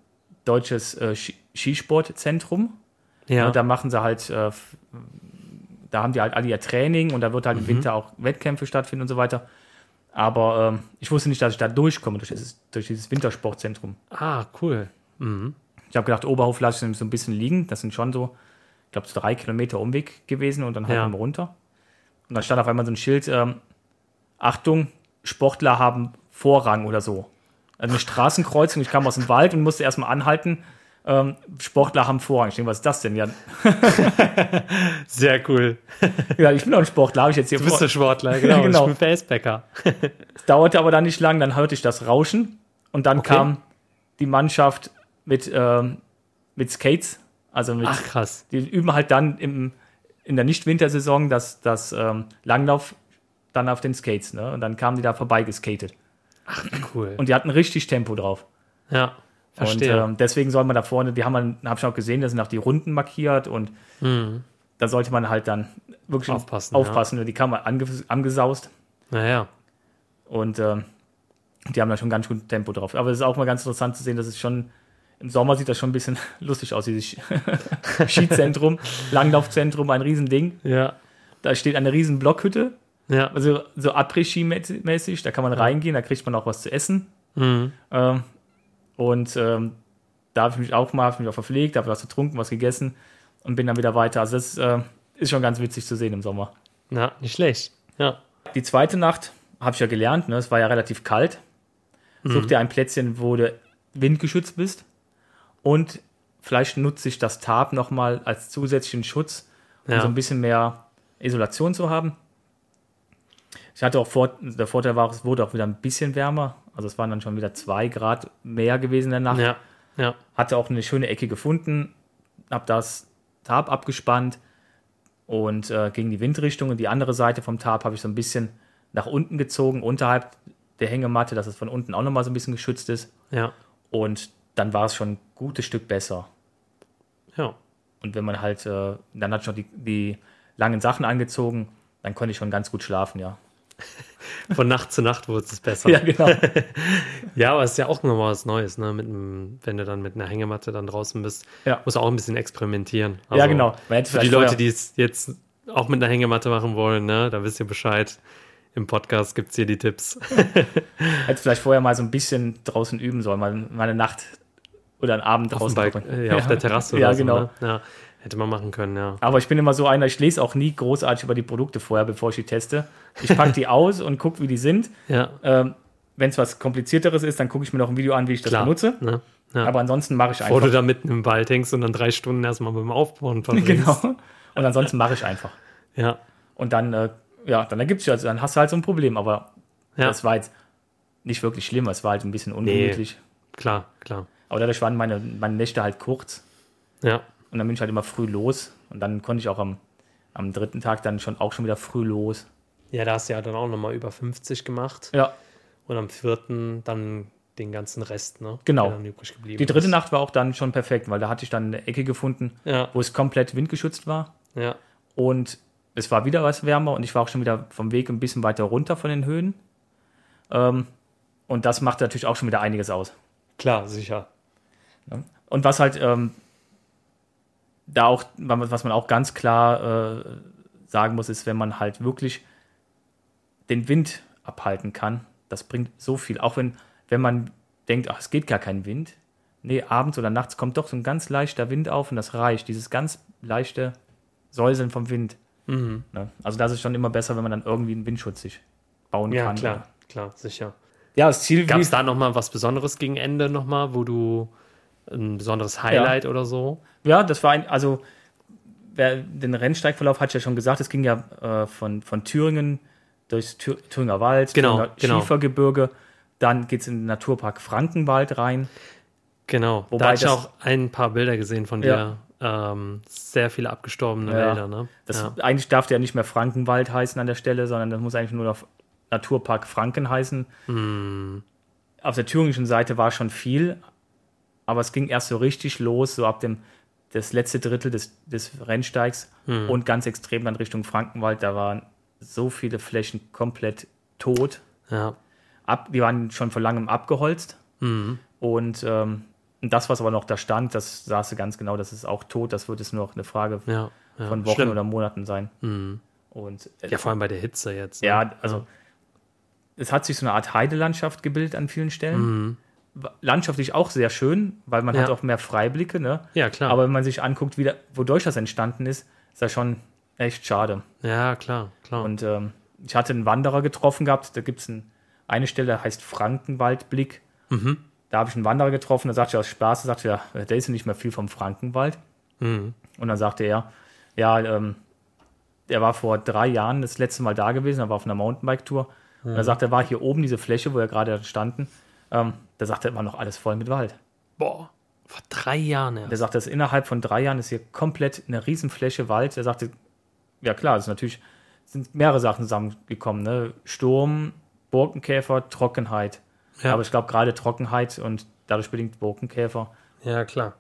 A: deutsches äh, Ski- Skisportzentrum.
B: Ja,
A: Ne, Da machen sie halt, äh, f- da haben die halt alle ihr Training und da wird
B: Mhm.
A: halt im Winter auch Wettkämpfe stattfinden und so weiter. Aber ähm, ich wusste nicht, dass ich da durchkomme, durch dieses, durch dieses Wintersportzentrum.
B: ah, cool.
A: Ich habe gedacht, Oberhof lasse ich so ein bisschen liegen. Das sind schon so, ich glaube, so drei Kilometer Umweg gewesen und dann halt
B: Ja.
A: immer runter. Und dann stand auf einmal so ein Schild, ähm, Achtung, Sportler haben Vorrang oder so. Also eine Straßenkreuzung, ich kam aus dem Wald und musste erstmal anhalten. Ähm, Sportler haben Vorrang. Ich denke, was ist das denn? Ja,
B: Sehr cool.
A: ja, ich bin doch ein Sportler, habe ich jetzt hier
B: Du bist
A: vor-
B: der Sportler, genau.
A: Genau.
B: Ich bin Facebacker.
A: Dauerte aber dann nicht lang, dann hörte ich das Rauschen und dann
B: Okay.
A: kam die Mannschaft mit, ähm, mit Skates, also mit,
B: Ach, krass.
A: die üben halt dann im, in der Nicht-Wintersaison das, das ähm, Langlauf dann auf den Skates, ne? Und dann kamen die da vorbei geskatet
B: Cool.
A: und die hatten richtig Tempo drauf.
B: ja, verstehe.
A: Und ähm, deswegen soll man da vorne, die haben man, habe ich auch gesehen, da sind auch die Runden markiert und da sollte man halt dann wirklich
B: Hm. Aufpassen, ja.
A: aufpassen. Die kamen ange, angesaust.
B: naja.
A: Und ähm, die haben da schon ganz gut Tempo drauf. Aber es ist auch mal ganz interessant zu sehen, dass es schon im Sommer sieht das schon ein bisschen lustig aus, dieses Sch- Skizentrum, Langlaufzentrum, ein Riesending.
B: Ja,
A: Da steht eine riesen Blockhütte,
B: ja.
A: also so Après-Ski mäßig, da kann man reingehen, da kriegt man auch was zu essen.
B: Mhm.
A: Ähm, und ähm, da habe ich mich auch mal, hab ich mich auch verpflegt, habe was getrunken, was gegessen und bin dann wieder weiter. Also das äh, ist schon ganz witzig zu sehen im Sommer.
B: Na, nicht schlecht. Ja.
A: Die zweite Nacht habe ich ja gelernt, ne? es war ja relativ kalt. Such dir ein Plätzchen, wo du windgeschützt bist. Und vielleicht nutze ich das Tarp nochmal als zusätzlichen Schutz, um
B: Ja.
A: so ein bisschen mehr Isolation zu haben. Ich hatte auch vor, der Vorteil war, es wurde auch wieder ein bisschen wärmer. Also es waren dann schon wieder zwei Grad mehr gewesen in der Nacht.
B: Ja. Ja.
A: Hatte auch eine schöne Ecke gefunden, habe das Tarp abgespannt und äh, gegen die Windrichtung und die andere Seite vom Tarp habe ich so ein bisschen nach unten gezogen, unterhalb der Hängematte, dass es von unten auch nochmal so ein bisschen geschützt ist.
B: Ja.
A: Und dann war es schon ein gutes Stück besser.
B: Ja.
A: Und wenn man halt, äh, dann hat ich noch die, die langen Sachen angezogen, dann konnte ich schon ganz gut schlafen, ja.
B: Von Nacht zu Nacht wurde es besser.
A: genau.
B: Ja, aber es ist ja auch nochmal was Neues, ne? Mit einem, wenn du dann mit einer Hängematte dann draußen bist,
A: Ja.
B: muss auch ein bisschen experimentieren. Also
A: ja, genau. Man hätte
B: Für die
A: vielleicht
B: Leute,
A: vorher-
B: die es jetzt auch mit einer Hängematte machen wollen, ne, da wisst ihr Bescheid. Im Podcast gibt es hier die Tipps.
A: hätte vielleicht vorher mal so ein bisschen draußen üben sollen, mal, mal eine Nacht oder einen Abend
B: Auf, dem
A: draußen
B: Balk-
A: verbringen.
B: äh, ja, auf der Terrasse
A: Ja,
B: oder so.
A: genau.
B: Ne? Ja, hätte man machen können, ja.
A: Aber ich bin immer so einer, ich lese auch nie großartig über die Produkte vorher, bevor ich die teste. Ich packe die aus und gucke, wie die sind.
B: Ja,
A: Ähm, wenn es was komplizierteres ist, dann gucke ich mir noch ein Video an, wie ich das
B: klar.
A: benutze.
B: Ne? Ja.
A: Aber ansonsten mache ich
B: Bevor du
A: einfach.
B: da mitten im Wald hängst und dann drei Stunden erstmal beim Aufbauen verbringst.
A: Genau. Und ansonsten mache ich einfach.
B: Ja,
A: Und dann, äh, ja, dann ergibt sich also, dann hast du halt so ein Problem. Aber
B: Ja.
A: das war jetzt nicht wirklich schlimm, es war halt ein bisschen ungemütlich.
B: klar, klar.
A: Aber dadurch waren meine, meine Nächte halt kurz.
B: Ja,
A: Und dann bin ich halt immer früh los. Und dann konnte ich auch am, am dritten Tag dann schon auch schon wieder früh los.
B: ja da hast du ja dann auch nochmal über 50 gemacht.
A: Ja,
B: Und am vierten dann den ganzen Rest, ne?
A: Genau.
B: Der dann übrig geblieben
A: die dritte
B: ist.
A: Nacht war auch dann schon perfekt, weil da hatte ich dann eine Ecke gefunden,
B: Ja,
A: wo es komplett windgeschützt war.
B: ja,
A: Und es war wieder was wärmer und ich war auch schon wieder vom Weg ein bisschen weiter runter von den Höhen. Ähm, und das macht natürlich auch schon wieder einiges aus.
B: klar, sicher.
A: Und was halt ähm, da auch, was man auch ganz klar äh, sagen muss, ist, wenn man halt wirklich den Wind abhalten kann, das bringt so viel. Auch wenn, wenn man denkt, ach, es geht gar kein Wind. Nee, abends oder nachts kommt doch so ein ganz leichter Wind auf und das reicht. Dieses ganz leichte Säuseln vom Wind.
B: Mhm.
A: Ne? Also das ist schon immer besser, wenn man dann irgendwie einen Windschutz sich bauen
B: Ja,
A: kann.
B: klar, klar, sicher.
A: Ja, das Ziel
B: Gab es da nochmal was Besonderes gegen Ende nochmal, wo du ein besonderes Highlight oder so?
A: Ja, das war ein, also wer, den Rennsteigverlauf hatte ich ja schon gesagt, es ging ja äh, von, von Thüringen durchs Thür Thüringer Wald,
B: Genau,
A: Thüringer
B: genau.
A: Schiefergebirge, dann geht es in den Naturpark Frankenwald rein.
B: Genau.
A: Wobei
B: da hatte ich
A: das-
B: auch ein paar Bilder gesehen von dir. Ähm, sehr viele abgestorbene
A: Ja.
B: Wälder, ne?
A: Das,
B: ja.
A: Eigentlich darf der nicht mehr Frankenwald heißen an der Stelle, sondern das muss eigentlich nur noch Naturpark Franken heißen. Auf der thüringischen Seite war schon viel, aber es ging erst so richtig los, so ab dem das letzte Drittel des, des Rennsteigs und ganz extrem dann Richtung Frankenwald. Da waren so viele Flächen komplett tot.
B: ja.
A: Ab, die waren schon vor langem abgeholzt. Und ähm, das, was aber noch da stand, das sahst du ganz genau, das ist auch tot. Das wird jetzt nur noch eine Frage
B: Ja. ja.
A: von Wochen
B: Schlimm. Mhm.
A: oder Monaten sein. Und äh,
B: Ja, vor allem bei der Hitze jetzt. ne?
A: ja, also es hat sich so eine Art Heidelandschaft gebildet an vielen Stellen. Wa- Landschaftlich auch sehr schön, weil man
B: Mhm. Ja.
A: hat auch mehr Freiblicke, ne?
B: Ja, klar.
A: Aber wenn man sich anguckt, wie da, wodurch das entstanden ist, ist das schon echt schade.
B: ja, klar, klar.
A: Und ähm, ich hatte einen Wanderer getroffen gehabt, da gibt es ein, eine Stelle, heißt Frankenwaldblick. Da habe ich einen Wanderer getroffen, da sagte er aus Spaß, da sagte er, ja, da ist ja nicht mehr viel vom Frankenwald. Und dann sagte er, ja, ähm, er war vor drei Jahren das letzte Mal da gewesen, er war auf einer Mountainbike-Tour. Und er sagte, er war hier oben diese Fläche, wo wir gerade standen. Ähm, da sagte er, war noch alles voll mit Wald.
B: Boah, vor drei Jahren
A: Der
B: erst.
A: sagte, dass innerhalb von drei Jahren ist hier komplett eine Riesenfläche Wald. Er sagte, ja klar, es ist natürlich es sind mehrere Sachen zusammengekommen. Ne? Sturm, Burkenkäfer, Trockenheit.
B: Ja.
A: Aber ich glaube gerade Trockenheit und dadurch bedingt Burkenkäfer,
B: Ja, klar.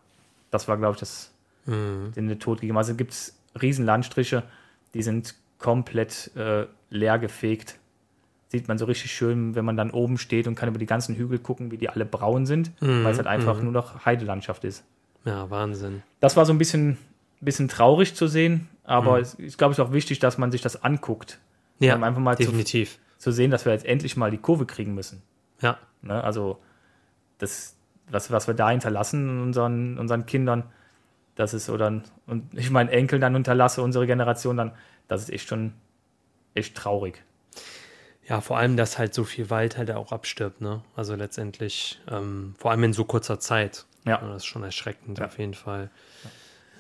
A: das war, glaube ich, das,
B: Mhm.
A: den der Tod gegeben hat. Also gibt es Riesenlandstriche, die sind komplett äh, leer gefegt. Sieht man so richtig schön, wenn man dann oben steht und kann über die ganzen Hügel gucken, wie die alle braun sind,
B: Mhm.
A: weil es halt einfach nur noch Heidelandschaft ist.
B: Ja, Wahnsinn.
A: das war so ein bisschen, bisschen traurig zu sehen, aber es ist, glaube ich, auch wichtig, dass man sich das anguckt.
B: Ja,
A: Um einfach mal zu,
B: definitiv.
A: zu sehen, dass wir jetzt endlich mal die Kurve kriegen müssen.
B: Ja.
A: Ne? Also das, was, was wir da hinterlassen unseren, unseren Kindern, das ist, oder und ich meinen Enkeln dann unterlasse, unsere Generation dann, das ist echt schon echt traurig.
B: Ja, vor allem, dass halt so viel Wald halt auch abstirbt, ne? Also letztendlich, ähm, vor allem in so kurzer Zeit. Also
A: Ja.
B: Das ist schon erschreckend,
A: Ja.
B: auf jeden Fall.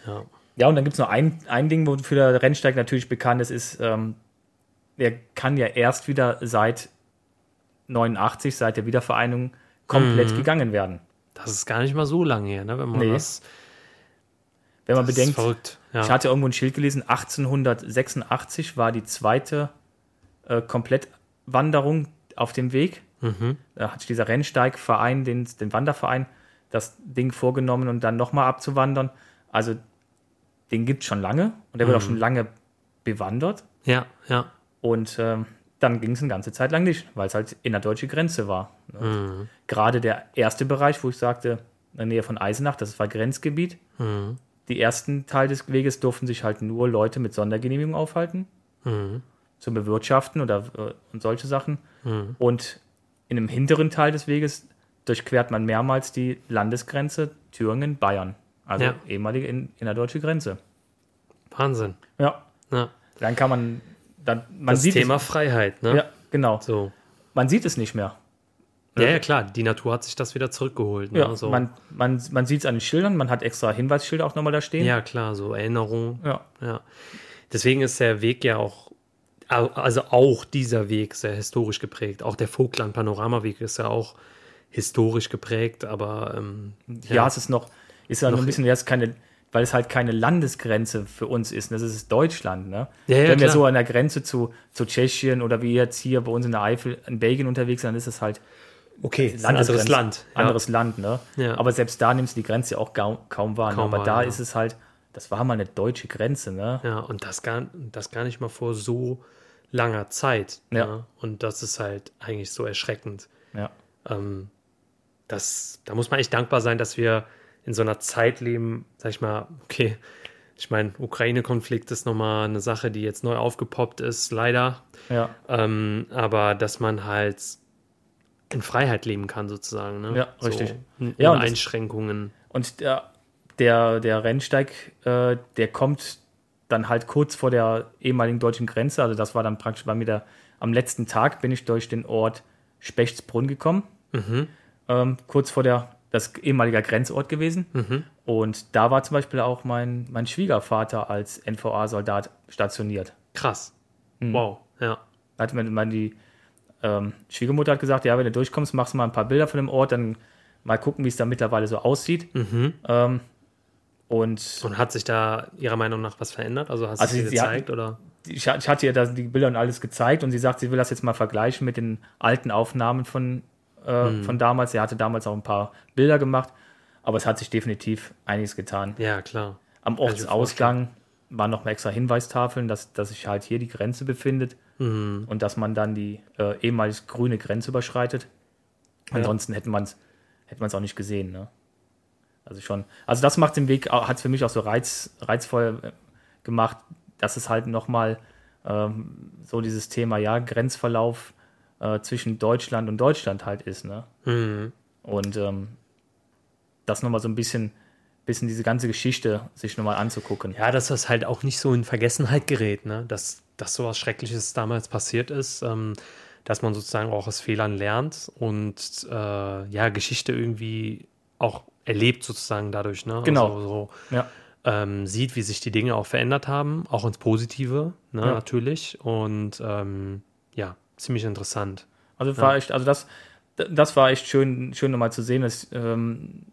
B: Ja.
A: Ja, und dann gibt es noch ein, ein Ding, wofür der Rennsteig natürlich bekannt ist, ist, ähm, er kann ja erst wieder seit 89, seit der Wiedervereinigung, komplett gegangen werden.
B: Das ist gar nicht mal so lange her, ne? Wenn man
A: Nee.
B: das,
A: Wenn man
B: das ist
A: bedenkt,
B: verrückt.
A: ich hatte irgendwo ein Schild gelesen, 1886 war die zweite äh, Komplettwanderung auf dem Weg.
B: Mhm.
A: Da hat sich dieser Rennsteigverein, den, den Wanderverein, das Ding vorgenommen und dann nochmal abzuwandern. Also den gibt es schon lange und der wird
B: Mhm.
A: auch schon lange bewandert.
B: Ja, ja.
A: Und ähm, dann ging es eine ganze Zeit lang nicht, weil es halt innerdeutsche Grenze war. ne?
B: Mhm.
A: Gerade der erste Bereich, wo ich sagte, in der Nähe von Eisenach, das war Grenzgebiet.
B: Mhm.
A: Die ersten Teil des Weges durften sich halt nur Leute mit Sondergenehmigung aufhalten,
B: Mhm.
A: zum Bewirtschaften oder äh, und solche Sachen.
B: Mhm.
A: Und in dem hinteren Teil des Weges durchquert man mehrmals die Landesgrenze Thüringen-Bayern, also
B: Ja.
A: ehemalige in, innerdeutsche Grenze.
B: Wahnsinn.
A: Ja,
B: Ja.
A: dann kann man, dann man
B: Das
A: sieht
B: Thema Freiheit,
A: es,
B: ne?
A: ja, genau.
B: So.
A: Man sieht es nicht mehr.
B: Ja, ja, klar. Die Natur hat sich das wieder zurückgeholt. Ne?
A: Ja,
B: so.
A: man, man, man sieht es an den Schildern, man hat extra Hinweisschilder auch nochmal da stehen.
B: ja, klar. So Erinnerung.
A: Ja.
B: Ja. Deswegen ist der Weg ja auch, au- also auch dieser Weg sehr historisch geprägt. Auch der Vogtland-Panoramaweg ist ja auch historisch geprägt, aber ähm,
A: ja. es ist noch, ist ja noch ein bisschen, ja, es ist keine, weil es halt keine Landesgrenze für uns ist. ne? Das ist Deutschland, ne?
B: Ja, ja,
A: Wenn wir
B: klar.
A: so an der Grenze zu, zu Tschechien oder wie jetzt hier bei uns in der Eifel in Belgien unterwegs sind, dann ist es halt
B: okay, ist ein
A: Landesgrenze.
B: anderes Land. Ja.
A: Anderes Land, ne?
B: Ja.
A: Aber selbst da nimmst du die Grenze ja auch kaum, kaum wahr. Ne?
B: Kaum
A: Aber
B: wahr,
A: da
B: ja.
A: ist es halt, das war mal eine deutsche Grenze, ne?
B: Ja, und das gar, das gar nicht mal vor so langer Zeit.
A: Ja.
B: Ne? Und das ist halt eigentlich so erschreckend.
A: Ja.
B: Ähm, das, da muss man echt dankbar sein, dass wir in so einer Zeit leben, sag ich mal, okay, ich meine, Ukraine-Konflikt ist nochmal eine Sache, die jetzt neu aufgepoppt ist, leider.
A: Ja.
B: Ähm, aber dass man halt in Freiheit leben kann, sozusagen. Ne?
A: Ja, richtig.
B: So, ohne
A: Ja, und das-
B: Einschränkungen.
A: Und der, der, der Rennsteig, äh, der kommt dann halt kurz vor der ehemaligen deutschen Grenze. Also das war dann praktisch bei mir der, am letzten Tag bin ich durch den Ort Spechtsbrunn gekommen. Ähm, kurz vor der, das ehemaliger Grenzort gewesen. Und da war zum Beispiel auch mein, mein Schwiegervater als NVA-Soldat stationiert.
B: Krass. Wow. Mhm. Ja.
A: Da hat mir mal die ähm, Schwiegermutter hat gesagt, ja, wenn du durchkommst, machst du mal ein paar Bilder von dem Ort, dann mal gucken, wie es da mittlerweile so aussieht. Ähm, und
B: Und hat sich da Ihrer Meinung nach was verändert? Also hast
A: Also
B: du es dir
A: sie- sie
B: gezeigt oder?
A: ich, ich hatte ihr da die Bilder und alles gezeigt und sie sagt, sie will das jetzt mal vergleichen mit den alten Aufnahmen von, äh, von damals. Er hatte damals auch ein paar Bilder gemacht, aber es hat sich definitiv einiges getan.
B: Ja, klar.
A: Am
B: ich mir
A: Ortsausgang waren noch mal extra Hinweistafeln, dass, dass sich halt hier die Grenze befindet und dass man dann die äh, ehemals grüne Grenze überschreitet. Ansonsten hätte man es hätte man's auch nicht gesehen. Ne? Also schon. Also das macht den Weg, hat es für mich auch so reiz, reizvoll äh, gemacht, dass es halt nochmal ähm, so dieses Thema, ja, Grenzverlauf äh, zwischen Deutschland und Deutschland halt ist. Ne?
B: Mhm.
A: Und ähm, das nochmal so ein bisschen, bisschen diese ganze Geschichte sich nochmal anzugucken.
B: Ja, dass das halt auch nicht so in Vergessenheit gerät, ne? Dass, dass sowas Schreckliches damals passiert ist, ähm, dass man sozusagen auch aus Fehlern lernt und äh, ja, Geschichte irgendwie auch erlebt sozusagen dadurch, ne?
A: Genau.
B: Also, so,
A: Ja.
B: ähm, sieht, wie sich die Dinge auch verändert haben, auch ins Positive, ne,
A: Ja.
B: natürlich. Und ähm, ja, ziemlich interessant.
A: Also war echt, also das, das war echt schön, schön nochmal zu sehen. Es, ähm,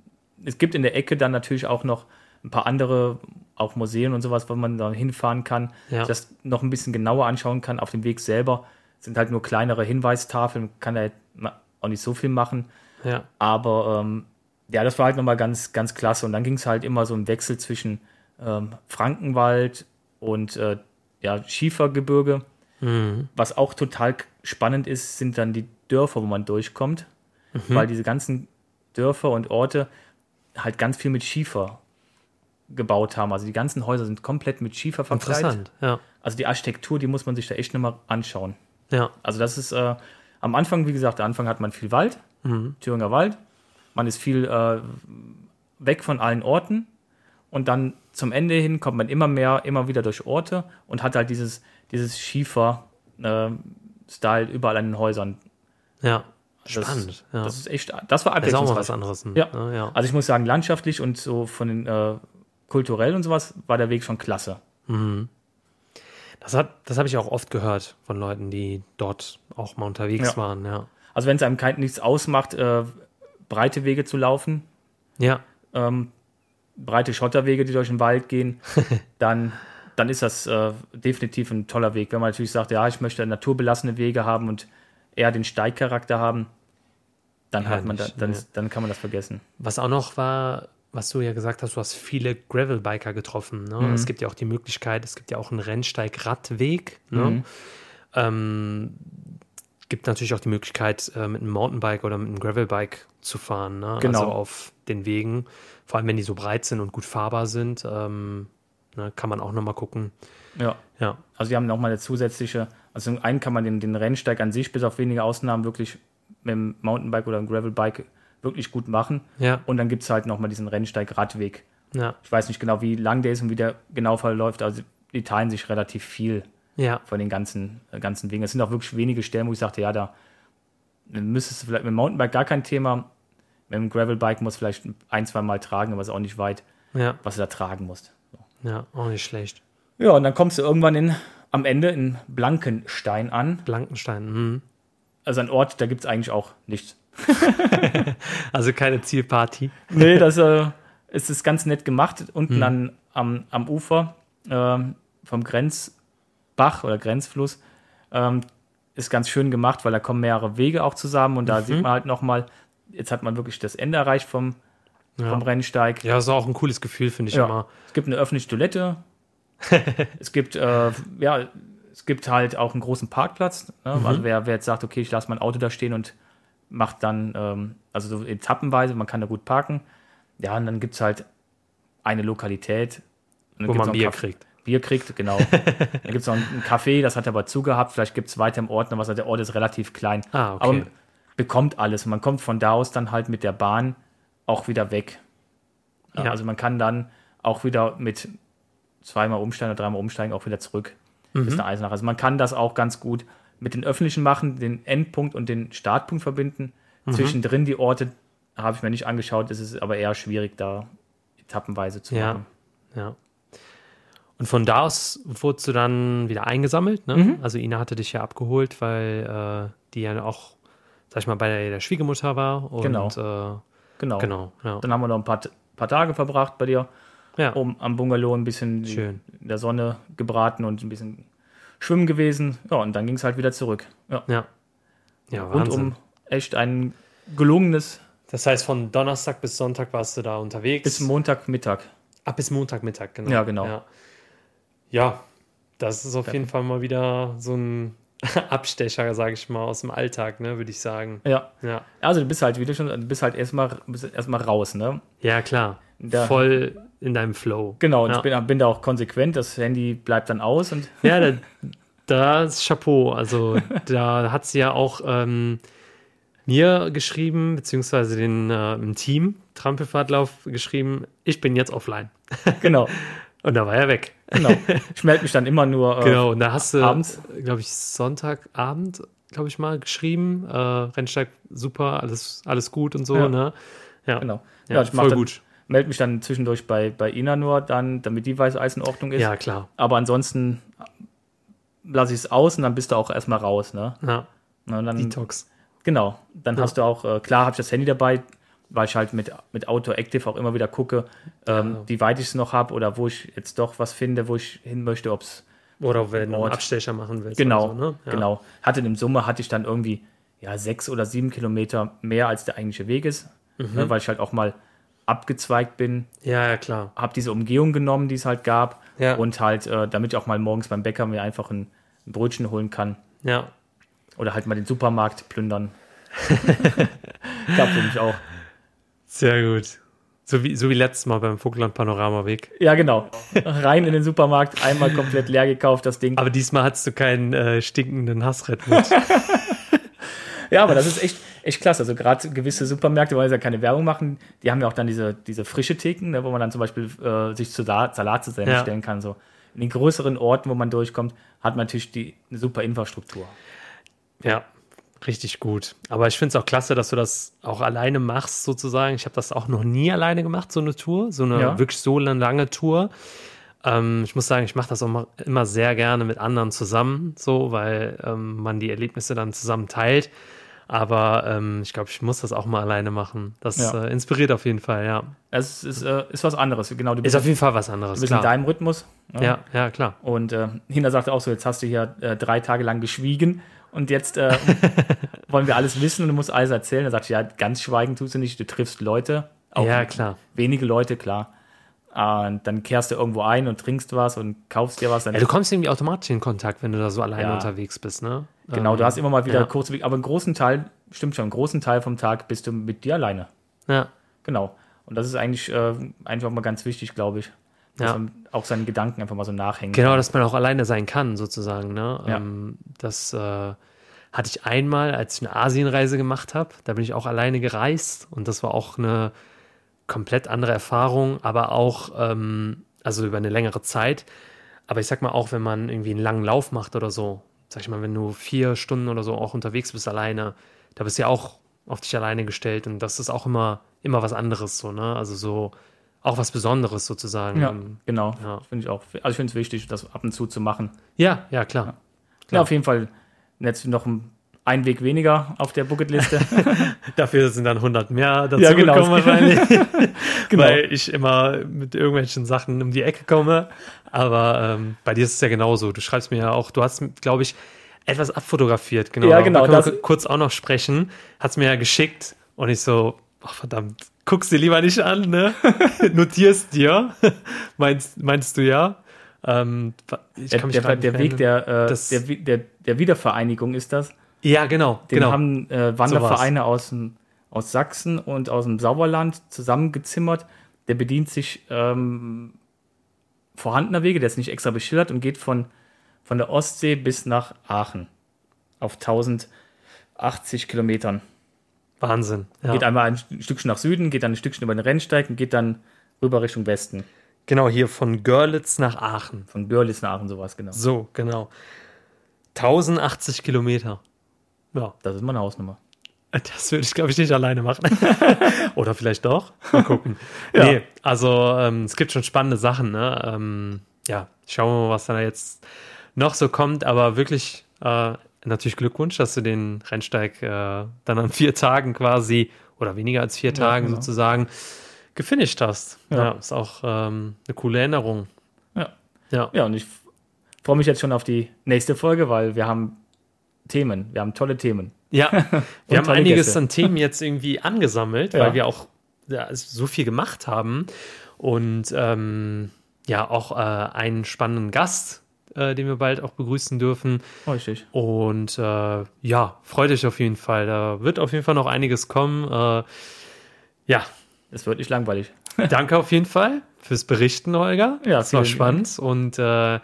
A: es gibt in der Ecke dann natürlich auch noch ein paar andere, auch Museen und sowas, wo man dann hinfahren kann,
B: Ja.
A: das noch ein bisschen genauer anschauen kann. Auf dem Weg selber sind halt nur kleinere Hinweistafeln, kann da ma- auch nicht so viel machen.
B: Ja.
A: Aber ähm, ja, das war halt nochmal ganz, ganz klasse. Und dann ging es halt immer so im Wechsel zwischen ähm, Frankenwald und äh, ja, Schiefergebirge. Was auch total k- spannend ist, sind dann die Dörfer, wo man durchkommt. Weil diese ganzen Dörfer und Orte halt ganz viel mit Schiefer gebaut haben. Also die ganzen Häuser sind komplett mit Schiefer verkleidet.
B: Interessant. Ja.
A: Also die Architektur, die muss man sich da echt nochmal anschauen.
B: Ja.
A: Also das ist äh, Am Anfang, wie gesagt, am Anfang hat man viel Wald,
B: Mhm.
A: Thüringer Wald. Man ist viel äh, weg von allen Orten. Und dann zum Ende hin kommt man immer mehr, immer wieder durch Orte und hat halt dieses, dieses Schiefer-Style überall an den Häusern.
B: Ja.
A: Das,
B: Spannend. ja.
A: Das ist echt, das war
B: Das ist auch mal was
A: abwechslungsreich.
B: anderes. ne?
A: Ja.
B: Ja, ja.
A: Also ich muss sagen, landschaftlich und so von den äh, kulturell und sowas war der Weg schon klasse.
B: Das, hat- das habe ich auch oft gehört von Leuten, die dort auch mal unterwegs
A: Ja.
B: waren. Ja.
A: Also wenn es einem kein, nichts ausmacht, äh, breite Wege zu laufen,
B: ja.
A: ähm, breite Schotterwege, die durch den Wald gehen, dann, dann ist das äh, definitiv ein toller Weg. Wenn man natürlich sagt, ja, ich möchte naturbelassene Wege haben und eher den Steigcharakter haben, dann,
B: Ja,
A: hat man da,
B: nicht,
A: dann,
B: ja.
A: dann kann man das vergessen.
B: Was auch noch war, was du ja gesagt hast, du hast viele Gravelbiker getroffen. Ne? Es gibt ja auch die Möglichkeit, es gibt ja auch einen Rennsteig-Radweg. Ne? Ähm, gibt natürlich auch die Möglichkeit, äh, mit einem Mountainbike oder mit einem Gravelbike zu fahren. Ne?
A: Genau.
B: Also auf den Wegen, vor allem wenn die so breit sind und gut fahrbar sind, ähm, ne, kann man auch nochmal gucken.
A: Ja.
B: Ja,
A: Also wir haben nochmal eine zusätzliche, also zum einen kann man den, den Rennsteig an sich bis auf wenige Ausnahmen wirklich mit dem Mountainbike oder dem Gravelbike wirklich gut machen.
B: ja,
A: Und dann gibt es halt nochmal diesen Rennsteig-Radweg.
B: ja,
A: Ich weiß nicht genau, wie lang der ist und wie der genau verläuft, also die teilen sich relativ viel
B: ja.
A: von den ganzen, äh, ganzen Wegen. Es sind auch wirklich wenige Stellen, wo ich sagte, ja, da müsstest du vielleicht mit dem Mountainbike gar kein Thema. Mit dem Gravelbike musst du vielleicht ein, zwei Mal tragen, aber es ist auch nicht weit,
B: Ja,
A: was du da tragen musst.
B: ja, auch nicht schlecht.
A: Ja, und dann kommst du irgendwann in, am Ende in Blankenstein an.
B: Blankenstein. mhm.
A: Also ein Ort, da gibt es eigentlich auch nichts.
B: Also keine Zielparty.
A: Nee, das äh, es ist ganz nett gemacht. Unten an, am, am Ufer ähm, vom Grenzbach oder Grenzfluss ähm, ist ganz schön gemacht, weil da kommen mehrere Wege auch zusammen und da sieht man halt nochmal, jetzt hat man wirklich das Ende erreicht vom,
B: Ja.
A: vom Rennsteig.
B: ja, ist auch ein cooles Gefühl, finde ich
A: Ja.
B: immer.
A: Es gibt eine öffentliche Toilette. es gibt, äh, ja, es gibt halt auch einen großen Parkplatz. Ne?
B: Mhm.
A: Also wer, wer jetzt sagt, okay, ich lasse mein Auto da stehen und macht dann, ähm, also so etappenweise, man kann da gut parken. Ja, und dann gibt es halt eine Lokalität. Und dann
B: Wo
A: gibt's
B: man
A: noch
B: Bier
A: Kaff-
B: kriegt.
A: Bier kriegt, genau. dann gibt es noch einen Café, das hat er aber zugehabt. Vielleicht gibt es weiter im Ort noch was. also Der Ort ist relativ klein.
B: Ah, okay.
A: Aber man bekommt alles. Und man kommt von da aus dann halt mit der Bahn auch wieder weg.
B: Ja.
A: Also man kann dann auch wieder mit zweimal umsteigen oder dreimal umsteigen auch wieder zurück
B: Mhm.
A: bis nach Eisenach. Also man kann das auch ganz gut mit den öffentlichen machen, den Endpunkt und den Startpunkt verbinden.
B: Mhm.
A: Zwischendrin die Orte habe ich mir nicht angeschaut. Es ist aber eher schwierig, da etappenweise zu
B: Ja,
A: machen.
B: ja. Und von da aus wurdest du dann wieder eingesammelt. Ne?
A: Mhm.
B: Also Ina hatte dich ja abgeholt, weil äh, die ja auch, sag ich mal, bei der, der Schwiegermutter war. Und,
A: Genau.
B: Äh,
A: Genau.
B: genau ja.
A: Dann haben wir noch ein paar, paar Tage verbracht bei dir
B: ja.
A: oben am Bungalow, ein bisschen die-
B: Schön.
A: in der Sonne gebraten und ein bisschen schwimmen gewesen. Ja, und dann ging es halt wieder zurück. Ja,
B: ja. Ja,
A: und
B: Wahnsinn.
A: um echt ein gelungenes
B: das heißt, von Donnerstag bis Sonntag warst du da unterwegs.
A: bis Montagmittag.
B: Ab bis Montagmittag, genau.
A: Ja, genau.
B: Ja, ja das ist auf jeden Fall mal wieder so ein Abstecher, sage ich mal, aus dem Alltag, ne, würde ich sagen.
A: Ja.
B: Ja,
A: Also du bist halt wieder schon, du bist halt erstmal bist erstmal raus, ne?
B: ja klar.
A: Da-
B: Voll in deinem Flow.
A: Genau, und
B: ja.
A: ich bin, bin da auch konsequent, das Handy bleibt dann aus und
B: Ja, da, da ist Chapeau. Also da hat sie ja auch ähm, mir geschrieben, beziehungsweise den, äh, im Team Trampelfahrtlauf geschrieben, ich bin jetzt offline.
A: genau,
B: Und da war er weg.
A: genau. Ich melde mich dann immer nur äh,
B: Genau, und da hast du,
A: abends?
B: glaube ich, Sonntagabend, glaube ich mal, geschrieben. Äh, Rennsteig super, alles, alles gut und so,
A: Ja.
B: ne? Ja,
A: genau.
B: Ja,
A: Ja, ich mach
B: voll
A: dann,
B: gut.
A: melde mich dann zwischendurch bei, bei Ina nur dann, damit die weiß, alles in Ordnung ist.
B: Ja, klar.
A: Aber ansonsten lasse ich es aus und dann bist du auch erstmal raus, ne?
B: Ja,
A: Na, Und dann,
B: Detox.
A: genau. Dann hast du auch, äh, klar habe ich das Handy dabei, weil ich halt mit, mit Auto Active auch immer wieder gucke, ähm,
B: genau.
A: wie weit ich es noch habe oder wo ich jetzt doch was finde, wo ich hin möchte, ob es
B: Oder wenn du einen
A: Ort.
B: Abstecher machen willst.
A: Genau,
B: oder so, ne? ja.
A: genau. Hatte in Summe hatte ich dann irgendwie ja sechs oder sieben Kilometer mehr als der eigentliche Weg ist,
B: Mhm.
A: ne, weil ich halt auch mal abgezweigt bin,
B: Ja, ja, klar.
A: habe diese Umgehung genommen, die es halt gab
B: Ja.
A: und halt, äh, damit ich auch mal morgens beim Bäcker mir einfach ein, ein Brötchen holen kann
B: Ja,
A: oder halt mal den Supermarkt plündern. gab für mich auch.
B: sehr gut. So wie, so wie letztes Mal beim Vogtland Panoramaweg.
A: Ja, genau. Rein in den Supermarkt, einmal komplett leer gekauft, das Ding.
B: Aber diesmal hattest du keinen äh, stinkenden Hassred mit.
A: ja, aber das ist echt, echt klasse. Also gerade gewisse Supermärkte, weil sie ja keine Werbung machen, die haben ja auch dann diese, diese frische Theken, ne, wo man dann zum Beispiel äh, sich zu Salat, Salat zusammenstellen kann. So. In den größeren Orten, wo man durchkommt, hat man natürlich die, eine super Infrastruktur.
B: Ja, richtig gut. Aber ich finde es auch klasse, dass du das auch alleine machst, sozusagen. Ich habe das auch noch nie alleine gemacht, so eine Tour, so eine
A: Ja.
B: wirklich so eine lange Tour. Ähm, ich muss sagen, ich mache das auch immer- immer sehr gerne mit anderen zusammen, so, weil ähm, man die Erlebnisse dann zusammen teilt. Aber ähm, ich glaube, ich muss das auch mal alleine machen. Das
A: Ja.
B: äh, inspiriert auf jeden Fall, ja.
A: Das ist, äh, ist was anderes. Genau, du
B: Ist
A: bist,
B: auf jeden Fall was anderes.
A: du bist in
B: klar.
A: deinem Rhythmus. ne?
B: Ja, ja, klar.
A: Und äh, Hina sagte auch so, jetzt hast du hier äh, drei Tage lang geschwiegen und jetzt äh, wollen wir alles wissen und du musst alles erzählen. Er sagt, ja, ganz schweigen tust du nicht, du triffst Leute, auch
B: Ja, klar.
A: wenige Leute, klar. Ah, Und dann kehrst du irgendwo ein und trinkst was und kaufst dir was. Dann,
B: Ja, du kommst irgendwie automatisch in Kontakt, wenn du da so alleine
A: Ja.
B: unterwegs bist, ne?
A: genau, du hast immer mal wieder
B: ja.
A: kurze Wege, aber einen großen Teil, stimmt schon, einen großen Teil vom Tag bist du mit dir alleine.
B: Ja,
A: Genau. Und das ist eigentlich, äh, eigentlich auch mal ganz wichtig, glaube ich. Dass
B: Ja.
A: man auch seinen Gedanken einfach mal so nachhängen.
B: genau, dass man auch alleine sein kann, sozusagen, ne?
A: Ja.
B: Ähm, das äh, hatte ich einmal, als ich eine Asienreise gemacht habe, da bin ich auch alleine gereist und das war auch eine komplett andere Erfahrung, aber auch, ähm, also über eine längere Zeit. Aber ich sag mal, auch wenn man irgendwie einen langen Lauf macht oder so, sag ich mal, wenn du vier Stunden oder so auch unterwegs bist alleine, da bist du ja auch auf dich alleine gestellt und das ist auch immer, immer was anderes, so, ne? Also so auch was Besonderes sozusagen.
A: Ja,
B: Ähm,
A: genau.
B: ja.
A: Finde ich auch. Also ich finde es wichtig, das ab und zu zu machen.
B: ja, ja, klar.
A: Ja, auf jeden Fall jetzt noch ein, ein Weg weniger auf der Bucketliste.
B: Dafür sind dann 100 mehr dazu
A: Ja, genau.
B: gekommen wahrscheinlich,
A: Genau.
B: weil ich immer mit irgendwelchen Sachen um die Ecke komme. Aber ähm, bei dir ist es ja genauso. Du schreibst mir ja auch, du hast, glaube ich, etwas abfotografiert. Genau,
A: Ja,
B: darüber
A: genau,
B: können wir
A: das-
B: ku- kurz auch noch sprechen. Hat's mir ja geschickt und ich so, ach verdammt, guck's dir lieber nicht an, ne? Notierst dir, meinst, meinst du ja. Ähm, ich
A: der,
B: kann mich
A: der,
B: grad
A: der
B: nicht
A: Weg
B: erinnern.
A: der, äh,
B: Das-
A: der, Wi- der, der Wiedervereinigung ist das.
B: Ja, genau,
A: Den
B: genau.
A: haben äh, Wandervereine aus, dem, aus Sachsen und aus dem Sauerland zusammengezimmert. Der bedient sich ähm, vorhandener Wege, der ist nicht extra beschildert und geht von, von der Ostsee bis nach Aachen auf 1080 Kilometern.
B: Wahnsinn. Ja.
A: Geht einmal ein Stückchen nach Süden, geht dann ein Stückchen über den Rennsteig und geht dann rüber Richtung Westen.
B: Genau, hier von Görlitz nach Aachen.
A: Von Görlitz nach Aachen, sowas, genau.
B: So, genau. 1080 Kilometer. Ja,
A: Das ist meine Hausnummer.
B: das würde ich, glaube ich, nicht alleine machen. Oder vielleicht doch. Mal gucken. Nee, also ähm, es gibt schon spannende Sachen. Ne? Ähm, ja, schauen wir mal, was da jetzt noch so kommt. Aber wirklich äh, natürlich Glückwunsch, dass du den Rennsteig äh, dann an vier Tagen quasi oder weniger als vier Tagen
A: genau.
B: sozusagen gefinisht hast. Ja,
A: Ja.
B: ist auch ähm, eine coole Erinnerung.
A: Ja.
B: Ja.
A: Ja, und ich f- freue mich jetzt schon auf die nächste Folge, weil wir haben Themen. Wir haben tolle Themen.
B: Ja, wir haben
A: tolle
B: einiges
A: Gäste.
B: an Themen jetzt irgendwie angesammelt, weil
A: Ja.
B: wir auch ja, so viel gemacht haben und ähm, ja, auch äh, einen spannenden Gast, äh, den wir bald auch begrüßen dürfen.
A: Richtig.
B: Und äh, ja, freut euch auf jeden Fall. Da wird auf jeden Fall noch einiges kommen. Äh, ja,
A: Es wird nicht langweilig.
B: danke auf jeden Fall fürs Berichten, Holger.
A: Ja,
B: das war
A: vielen
B: spannend. Und äh,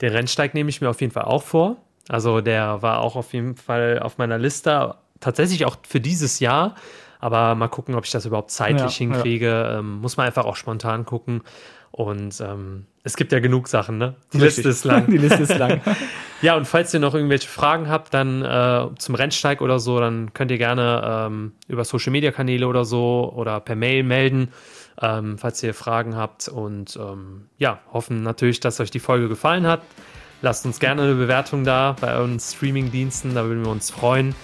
B: den Rennsteig nehme ich mir auf jeden Fall auch vor. Also der war auch auf jeden Fall auf meiner Liste, tatsächlich auch für dieses Jahr. Aber mal gucken, ob ich das überhaupt zeitlich
A: Ja, ja.
B: hinkriege. Ähm, muss man einfach auch spontan gucken. Und ähm, es gibt ja genug Sachen, ne? Die
A: Richtig.
B: Liste ist lang.
A: Die Liste ist lang.
B: Ja, und falls ihr noch irgendwelche Fragen habt, dann äh, zum Rennsteig oder so, dann könnt ihr gerne ähm, über Social Media Kanäle oder so oder per Mail melden, ähm, falls ihr Fragen habt. Und ähm, ja, hoffen natürlich, dass euch die Folge gefallen hat. Lasst uns gerne eine Bewertung da bei euren Streaming-Diensten, da würden wir uns freuen.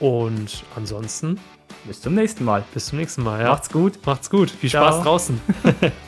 B: Und ansonsten
A: Bis zum nächsten Mal.
B: bis zum nächsten Mal. Ja.
A: Macht's gut.
B: Macht's gut. Viel
A: Ciao.
B: Spaß draußen.